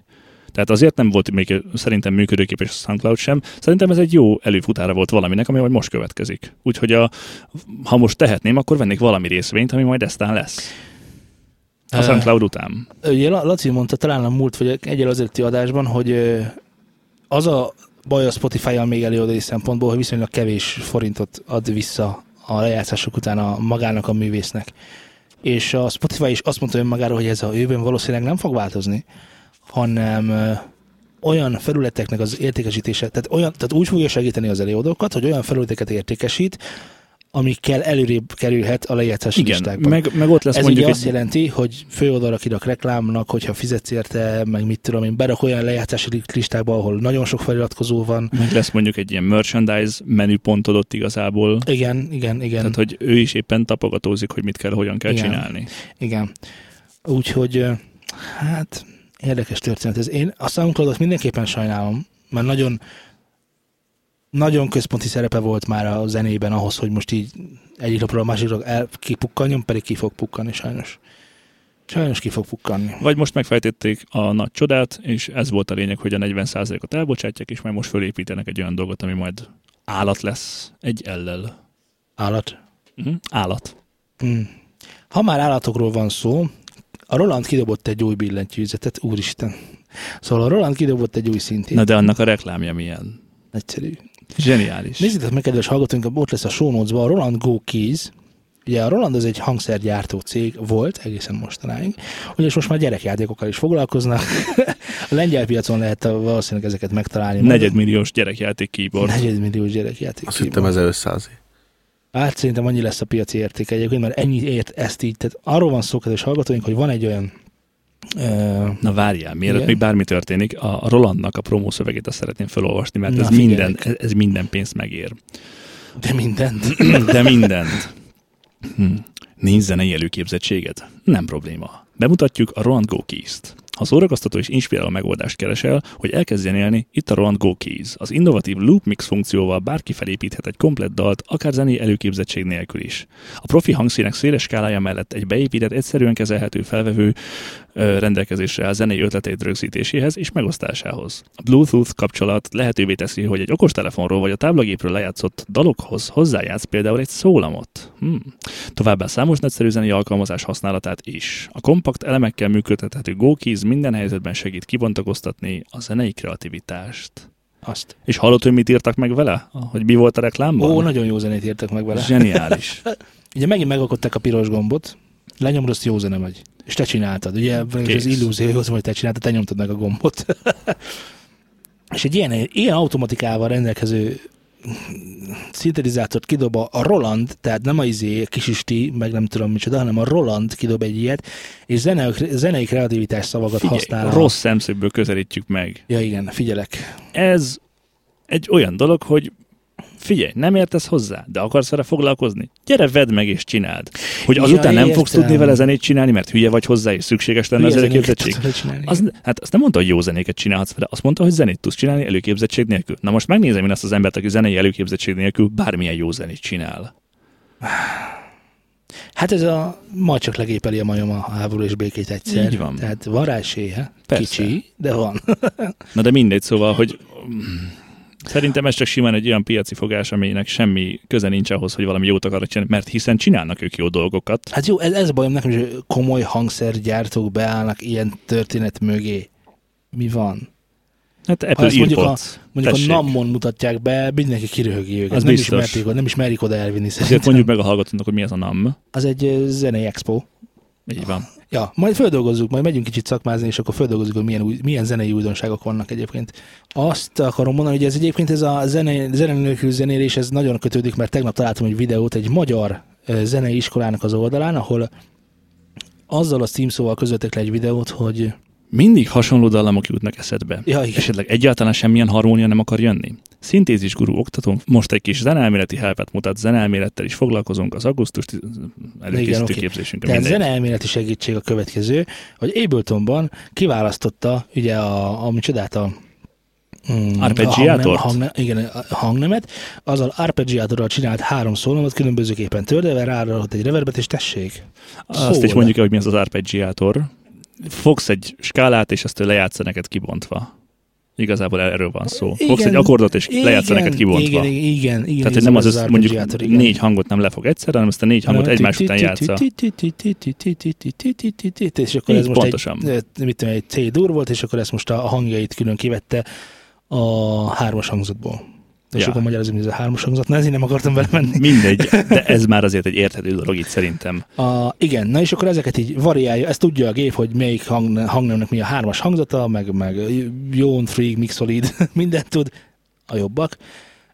Speaker 3: Tehát azért nem volt még szerintem működőképes a SoundCloud sem. Szerintem ez egy jó előfutára volt valaminek, ami majd most következik. Úgyhogy a, ha most tehetném, akkor vennék valami részvényt, ami majd eztán lesz. A
Speaker 1: Eh.
Speaker 3: SoundCloud után.
Speaker 1: Ugye La- Laci mondta talán a múlt, vagy egyel az előtti adásban, hogy ö, az a baj a Spotify-jal még előadói szempontból, hogy viszonylag kevés forintot ad vissza a lejátszások után a magának a művésznek. És a Spotify is azt mondta önmagáról, hogy ez a jövőben valószínűleg nem fog változni, hanem ö, olyan felületeknek az értékesítése, tehát, olyan, tehát úgy fogja segíteni az előadókat, hogy olyan felületeket értékesít, amikkel előrébb kerülhet a lejátszási
Speaker 3: Igen,
Speaker 1: listákban.
Speaker 3: meg, meg ott lesz
Speaker 1: Ez ugye
Speaker 3: mondjuk
Speaker 1: azt
Speaker 3: egy,
Speaker 1: jelenti, hogy főoldalra kirak reklámnak, hogyha fizetsz érte, meg mit tudom én, berak olyan lejátszási listákba, ahol nagyon sok feliratkozó van.
Speaker 3: meg lesz mondjuk egy ilyen merchandise menüpontod ott igazából. Igen.
Speaker 1: Igen, igen, igen,
Speaker 3: Tehát, hogy ő is éppen tapogatózik, hogy mit kell, hogyan kell
Speaker 1: Igen.
Speaker 3: csinálni.
Speaker 1: igen. Úgyhogy, ö, hát, Érdekes történet ez. Én a soundcloud mindenképpen sajnálom, mert nagyon nagyon központi szerepe volt már a zenében ahhoz, hogy most így egyik napról a másikra el kipukkanjon, pedig ki fog pukkanni sajnos. Sajnos ki fog pukkanni.
Speaker 3: Vagy most megfejtették a nagy csodát, és ez volt a lényeg, hogy a 40%-ot elbocsátják, és majd most fölépítenek egy olyan dolgot, ami majd állat lesz. Egy ellel.
Speaker 1: Állat.
Speaker 3: Uh-huh. Állat.
Speaker 1: Mm. Ha már állatokról van szó, a Roland kidobott egy új billentyűzetet, úristen. Szóval a Roland kidobott egy új szintét.
Speaker 3: Na de annak a reklámja milyen?
Speaker 1: Egyszerű.
Speaker 3: Zseniális.
Speaker 1: Nézzétek meg, kedves hallgatóink, ott lesz a show notes a Roland Go Keys. Ugye a Roland az egy hangszergyártó cég volt egészen mostanáig, ugyanis most már gyerekjátékokkal is foglalkoznak. a lengyel piacon lehet a- valószínűleg ezeket megtalálni.
Speaker 3: Negyedmilliós gyerekjáték keyboard.
Speaker 1: Negyedmilliós gyerekjáték.
Speaker 2: Azt hittem ez 500
Speaker 1: Hát szerintem annyi lesz a piaci érték egyébként, mert ennyi ért ezt így. Tehát arról van szó, kedves hallgatóink, hogy van egy olyan ö,
Speaker 3: Na várjál, mielőtt
Speaker 1: Igen.
Speaker 3: még bármi történik, a Rolandnak a promószövegét azt szeretném felolvasni, mert
Speaker 1: Na,
Speaker 3: ez
Speaker 1: figyelek.
Speaker 3: minden, ez- ez minden pénzt megér.
Speaker 1: de mindent.
Speaker 3: De mindent. Hm. Nincs zenei előképzettséged? Nem probléma. Bemutatjuk a Roland Go Keys-t. Ha szórakoztató és inspiráló megoldást keresel, hogy elkezdjen élni, itt a Roland Go Keys. Az innovatív loop mix funkcióval bárki felépíthet egy komplett dalt, akár zenei előképzettség nélkül is. A profi hangszínek széles skálája mellett egy beépített, egyszerűen kezelhető felvevő ö, rendelkezésre áll zenei ötleteit rögzítéséhez és megosztásához. A Bluetooth kapcsolat lehetővé teszi, hogy egy okostelefonról vagy a táblagépről lejátszott dalokhoz hozzájátsz például egy szólamot. Hmm. Továbbá számos nagyszerű zenei alkalmazás használatát is. A kompakt elemekkel működtethető GoKeys minden helyzetben segít kibontakoztatni a zenei kreativitást.
Speaker 1: Azt.
Speaker 3: És hallott, hogy mit írtak meg vele? Hogy mi volt a reklámban?
Speaker 1: Ó, nagyon jó zenét írtak meg vele.
Speaker 3: Zseniális.
Speaker 1: Ugye megint megalkották a piros gombot, lenyomod, azt jó zene vagy. És te csináltad. Ugye és az
Speaker 3: Kész.
Speaker 1: illúzió az, hogy te csináltad, te nyomtad meg a gombot. és egy ilyen, ilyen automatikával rendelkező szintetizátort kidob a a Roland, tehát nem a izé, a kis isti, meg nem tudom micsoda, hanem a Roland kidob egy ilyet, és zene, zenei kreativitás szavakat használ.
Speaker 3: Figyelj,
Speaker 1: a-
Speaker 3: rossz szemszögből közelítjük meg.
Speaker 1: Ja igen, figyelek.
Speaker 3: ez egy olyan dolog, hogy figyelj, nem értesz hozzá, de akarsz vele foglalkozni? Gyere, vedd meg és csináld. Hogy
Speaker 1: Ja,
Speaker 3: azután nem fogsz
Speaker 1: értem.
Speaker 3: tudni vele zenét csinálni, mert hülye vagy hozzá, és szükséges lenne az
Speaker 1: Hülye zenéket
Speaker 3: előképzettség.
Speaker 1: tudod csinálni.
Speaker 3: Az, hát azt nem mondta, hogy jó zenéket csinálhatsz vele, azt mondta, hogy zenét tudsz csinálni előképzettség nélkül. Na most megnézem én azt az embert, aki zenei előképzettség nélkül bármilyen jó zenét csinál.
Speaker 1: Hát ez a majd csak legépeli a majom a háború és békét egyszer.
Speaker 3: Így van.
Speaker 1: Tehát van rá esélye.
Speaker 3: Persze.
Speaker 1: Kicsi, de van.
Speaker 3: Na de mindegy, szóval, hogy mm, szerintem ez csak simán egy olyan piaci fogás, aminek semmi köze nincs ahhoz, hogy valami jót akarnak csinálni, mert hiszen csinálnak ők jó dolgokat.
Speaker 1: Hát jó, ez, ez a bajom nekem, is, hogy komoly hangszergyártók beállnak ilyen történet mögé. Mi van?
Speaker 3: Hát
Speaker 1: Ha
Speaker 3: Apple
Speaker 1: ezt mondjuk
Speaker 3: Earpods.
Speaker 1: Mondjuk
Speaker 3: Tessék.
Speaker 1: a Nammon mutatják be, mindenki kiröhögi őket.
Speaker 3: Az
Speaker 1: nem,
Speaker 3: biztos.
Speaker 1: ismerték, oda- nem ismerik oda elvinni
Speaker 3: Ezért
Speaker 1: szerintem.
Speaker 3: mondjuk meg a hallgatónak, hogy mi az a NAM.
Speaker 1: Az egy ö, zenei expo.
Speaker 3: Így van.
Speaker 1: Ja, majd földolgozzuk, majd megyünk kicsit szakmázni, és akkor földolgozzuk, hogy milyen, új, milyen zenei újdonságok vannak egyébként. Azt akarom mondani, hogy ez egyébként ez a zene, zene nélkül zenélés, ez nagyon kötődik, mert tegnap találtam egy videót egy magyar ö, zenei iskolának az oldalán, ahol azzal a címszóval közöltek le egy videót, hogy
Speaker 3: Mindig hasonló dallamok jutnak eszedbe.
Speaker 1: Ja, igen.
Speaker 3: Esetleg egyáltalán semmilyen harmónia nem akar jönni. Szintézis gurú oktatónk most egy kis zenelméleti helpet mutat, zenelmélettel is foglalkozunk az augusztus tiz- előkészítő
Speaker 1: oké.
Speaker 3: képzésünkön.
Speaker 1: Tehát
Speaker 3: mindegy.
Speaker 1: zeneelméleti segítség a következő, hogy Abletonban kiválasztotta ugye a, a micsodát a mm,
Speaker 3: Arpeggiátort?
Speaker 1: a hangnem, hangne, igen, a hangnemet, azzal arpeggiátorral csinált három szólamot, különbözőképpen tördelve, ráadott egy reverbet, és tessék.
Speaker 3: Azt is
Speaker 1: szól.
Speaker 3: mondjuk el, hogy mi az az arpeggiátor. Fogsz egy skálát, és azt ő lejátsza neked kibontva. Igazából erről van szó. Fogsz
Speaker 1: Igen,
Speaker 3: egy akkordot, és lejátsza neked kibontva.
Speaker 1: Igen, igen, igen, igen
Speaker 3: Tehát, hogy
Speaker 1: ez
Speaker 3: nem
Speaker 1: a-
Speaker 3: az,
Speaker 1: ez
Speaker 3: az mondjuk
Speaker 1: arpeggiátor, igen.
Speaker 3: négy hangot nem lefog egyszerre, hanem ezt a négy hangot egymás után játsza.
Speaker 1: És akkor
Speaker 3: Így,
Speaker 1: ez most egy,
Speaker 3: pontosan.
Speaker 1: eh, mit tudom, egy C dur volt, és akkor ezt most a hangjait külön kivette a hármas hangzatból. És
Speaker 3: Ja.
Speaker 1: akkor magyarázom, hogy ez a hármas hangzat, na ezért nem akartam vele menni.
Speaker 3: Mindegy, de ez már azért egy érthető dolog itt szerintem.
Speaker 1: A, igen, na és akkor ezeket így variálja, ezt tudja a gép, hogy melyik hang, hangnemnek mi a hármas hangzata, meg, meg Jón, Freak, Mixolid, mindent tud, a jobbak.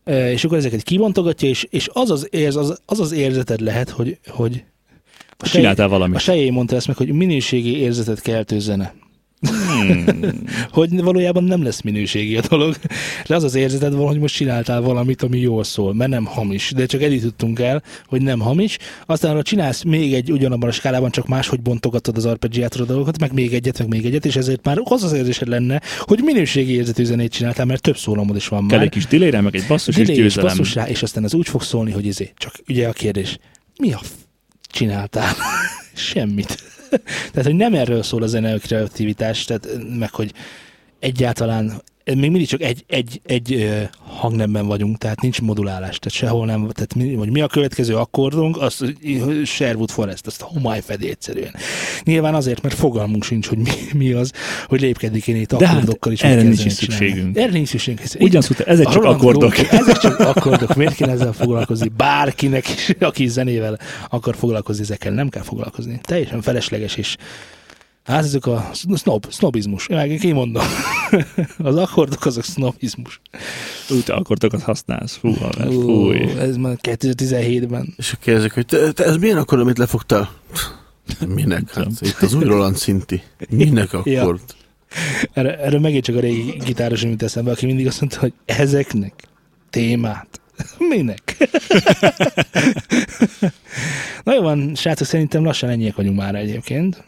Speaker 1: E, És akkor ezeket kibontogatja, és, és az, az, érz, az, az az érzeted lehet, hogy, hogy a, sej,
Speaker 3: Csináltál
Speaker 1: a
Speaker 3: valamit.
Speaker 1: sejély mondta ezt meg, hogy minőségi érzetet keltő zene.
Speaker 3: Hmm.
Speaker 1: hogy valójában nem lesz minőségi a dolog. De az az érzeted van, hogy most csináltál valamit, ami jól szól, mert nem hamis. De csak eddig tudtunk el, hogy nem hamis. Aztán ha csinálsz még egy ugyanabban a skálában, csak máshogy bontogatod az arpeggiátor dolgokat, meg még egyet, meg még egyet, és ezért már az az érzésed lenne, hogy minőségi érzetű zenét csináltál, mert több szólamod is van
Speaker 3: Kell
Speaker 1: már.
Speaker 3: egy kis delay meg egy basszus és
Speaker 1: Delay és
Speaker 3: győzelem.
Speaker 1: basszus rá, és aztán ez úgy fog szólni, hogy izé, csak ugye a kérdés, mi a f... csináltál? Semmit. tehát, hogy nem erről szól a zene a kreativitás, tehát meg, hogy egyáltalán még mindig csak egy, egy, egy ö, hangnemben vagyunk, tehát nincs modulálás, tehát sehol nem, tehát mi, hogy mi a következő akkordunk, az ö, Sherwood Forest, azt homály fedi egyszerűen. Nyilván azért, mert fogalmunk sincs, hogy mi, mi az, hogy lépkedik én itt
Speaker 3: De hát
Speaker 1: akkordokkal is.
Speaker 3: erre
Speaker 1: mit kell
Speaker 3: nincs is
Speaker 1: zenét csinálni.
Speaker 3: szükségünk.
Speaker 1: Erre nincs szükségünk. Ez-
Speaker 3: Ugyanaz, ezek
Speaker 1: a
Speaker 3: csak
Speaker 1: Roland
Speaker 3: akkordok.
Speaker 1: Gróf- Ezek csak akkordok. Miért kéne ezzel foglalkozni? Bárkinek is, aki zenével akar foglalkozni, ezekkel nem kell foglalkozni. Teljesen felesleges és Hát ezek a snob, snobizmus. Meg kimondom. Az akkordok azok snobizmus.
Speaker 3: Ú, te akkordokat használsz. Fú, haver,
Speaker 1: Ú,
Speaker 3: Hát fúj.
Speaker 1: ez már 2017-ben.
Speaker 2: És akkor kérdezik, hogy te, te ez milyen akkor, amit lefogtál? Minek? Hát, itt az új Roland szinti. Minek akkor?
Speaker 1: Ja. Erre, erre megint csak a régi gitáros jut eszembe, aki mindig azt mondta, hogy ezeknek témát. Minek? Na jó van, srácok, szerintem lassan ennyiek vagyunk már egyébként.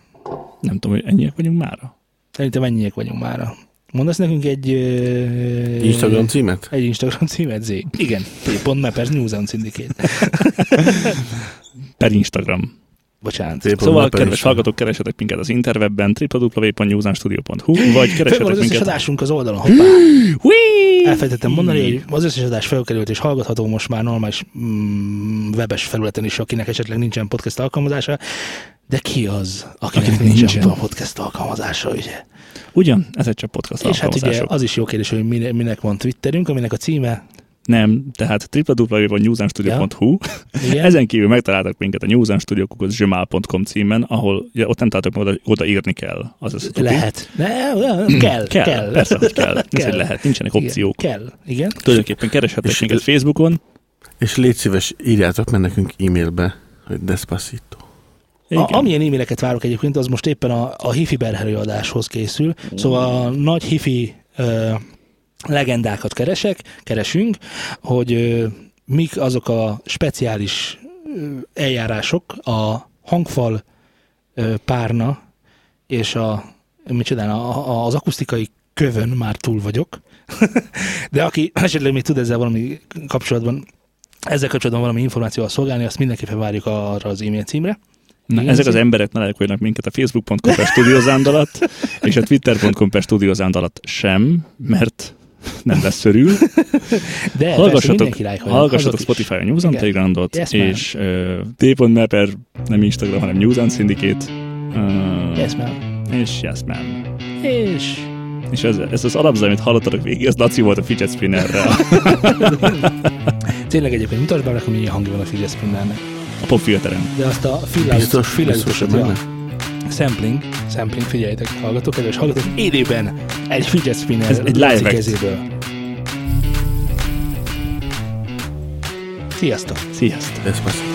Speaker 3: Nem tudom, hogy ennyiek vagyunk mára.
Speaker 1: Szerintem ennyiek vagyunk mára. Mondasz nekünk egy... ö,
Speaker 2: Instagram címet?
Speaker 1: Egy Instagram címet, Z. Igen, t.me per News and Syndicate.
Speaker 3: Per Instagram.
Speaker 1: Bocsánat.
Speaker 2: Szép
Speaker 3: Szóval,
Speaker 2: napon,
Speaker 3: kedves
Speaker 2: Isten.
Speaker 3: hallgatók, keresetek minket az interwebben, www.newsanstudio.hu, vagy
Speaker 1: Fönn van
Speaker 3: keresetek
Speaker 1: az összes
Speaker 3: minket...
Speaker 1: adásunk az oldalon. Hoppá.
Speaker 3: Hui!
Speaker 1: Elfelejtettem mondani, hogy az összes adás felkerült és hallgatható most már normális mm, webes felületen is, akinek esetleg nincsen podcast alkalmazása. De ki az, akinek,
Speaker 3: Akinek
Speaker 1: nincsen,
Speaker 3: nincsen.
Speaker 1: podcast alkalmazása, ugye?
Speaker 3: Ugyan, ezek csak podcast
Speaker 1: És hát ugye
Speaker 3: alkalmazások.
Speaker 1: az is jó kérdés, hogy mine- minek van Twitterünk, aminek a címe...
Speaker 3: Nem, tehát www.newsanstudio.hu.
Speaker 1: Igen?
Speaker 3: Ezen kívül megtaláltak minket a newsanstudio.gmail.com címen, ahol ugye, ott nem találtak meg, oda, oda írni kell. Az az a
Speaker 1: Lehet. Ne, ne, kell,
Speaker 3: Hmm. Kell,
Speaker 1: kell.
Speaker 3: kell. persze, hogy kell. Nincs, hogy lehet, nincsenek
Speaker 1: Igen,
Speaker 3: opciók.
Speaker 1: Kell, igen.
Speaker 3: Tulajdonképpen kereshettek
Speaker 2: És-
Speaker 3: minket Facebookon.
Speaker 2: És légy szíves, írjátok meg nekünk e-mailbe, hogy Despacito.
Speaker 3: Igen.
Speaker 1: A, amilyen e-maileket várok egyébként, az most éppen a, a hifi berhelő adáshoz készül. Szóval a nagy hifi ö, legendákat keresek, keresünk, hogy ö, mik azok a speciális ö, eljárások a hangfal ö, párna és a, micsodán, a, a, az akusztikai kövön már túl vagyok. De aki esetleg még tud ezzel valami kapcsolatban, ezzel kapcsolatban valami információval szolgálni, azt mindenképpen várjuk arra az e-mail címre.
Speaker 3: Na,
Speaker 1: Igen,
Speaker 3: ezek az
Speaker 1: ez-
Speaker 3: emberek ne lelkoljanak minket a facebook.com per studiozánd alatt, és a twitter.com per studiozánd alatt sem, mert nem lesz szörül.
Speaker 1: De
Speaker 3: Hallgassatok, hallgassatok
Speaker 1: Azok is.
Speaker 3: Spotify-on News on
Speaker 1: Igen.
Speaker 3: Telegramot,
Speaker 1: Yes, ma'am.
Speaker 3: és uh, t.me per nem Instagram, hanem News on Syndicate, uh,
Speaker 1: Yes, ma'am.
Speaker 3: és yes, ma'am.
Speaker 1: És...
Speaker 3: És ez, ez az alapzaj, amit hallottatok végig, az Laci volt a fidget spinnerrel.
Speaker 1: Tényleg egyébként mutasd be, hogy milyen hangja van a Fidesz Spinnernek.
Speaker 3: A popfilterem.
Speaker 1: De azt a
Speaker 2: Biztos, biztos,
Speaker 1: fillájutosat,
Speaker 2: hogy
Speaker 1: a
Speaker 2: benne?
Speaker 1: sampling, sampling, figyeljetek, hallgatok, kedves hallgatók, élőben egy fidget spinner
Speaker 3: Ez egy
Speaker 1: Laci
Speaker 3: live act.
Speaker 1: kezéből. Sziasztok!
Speaker 3: Sziasztok!
Speaker 2: Despacito.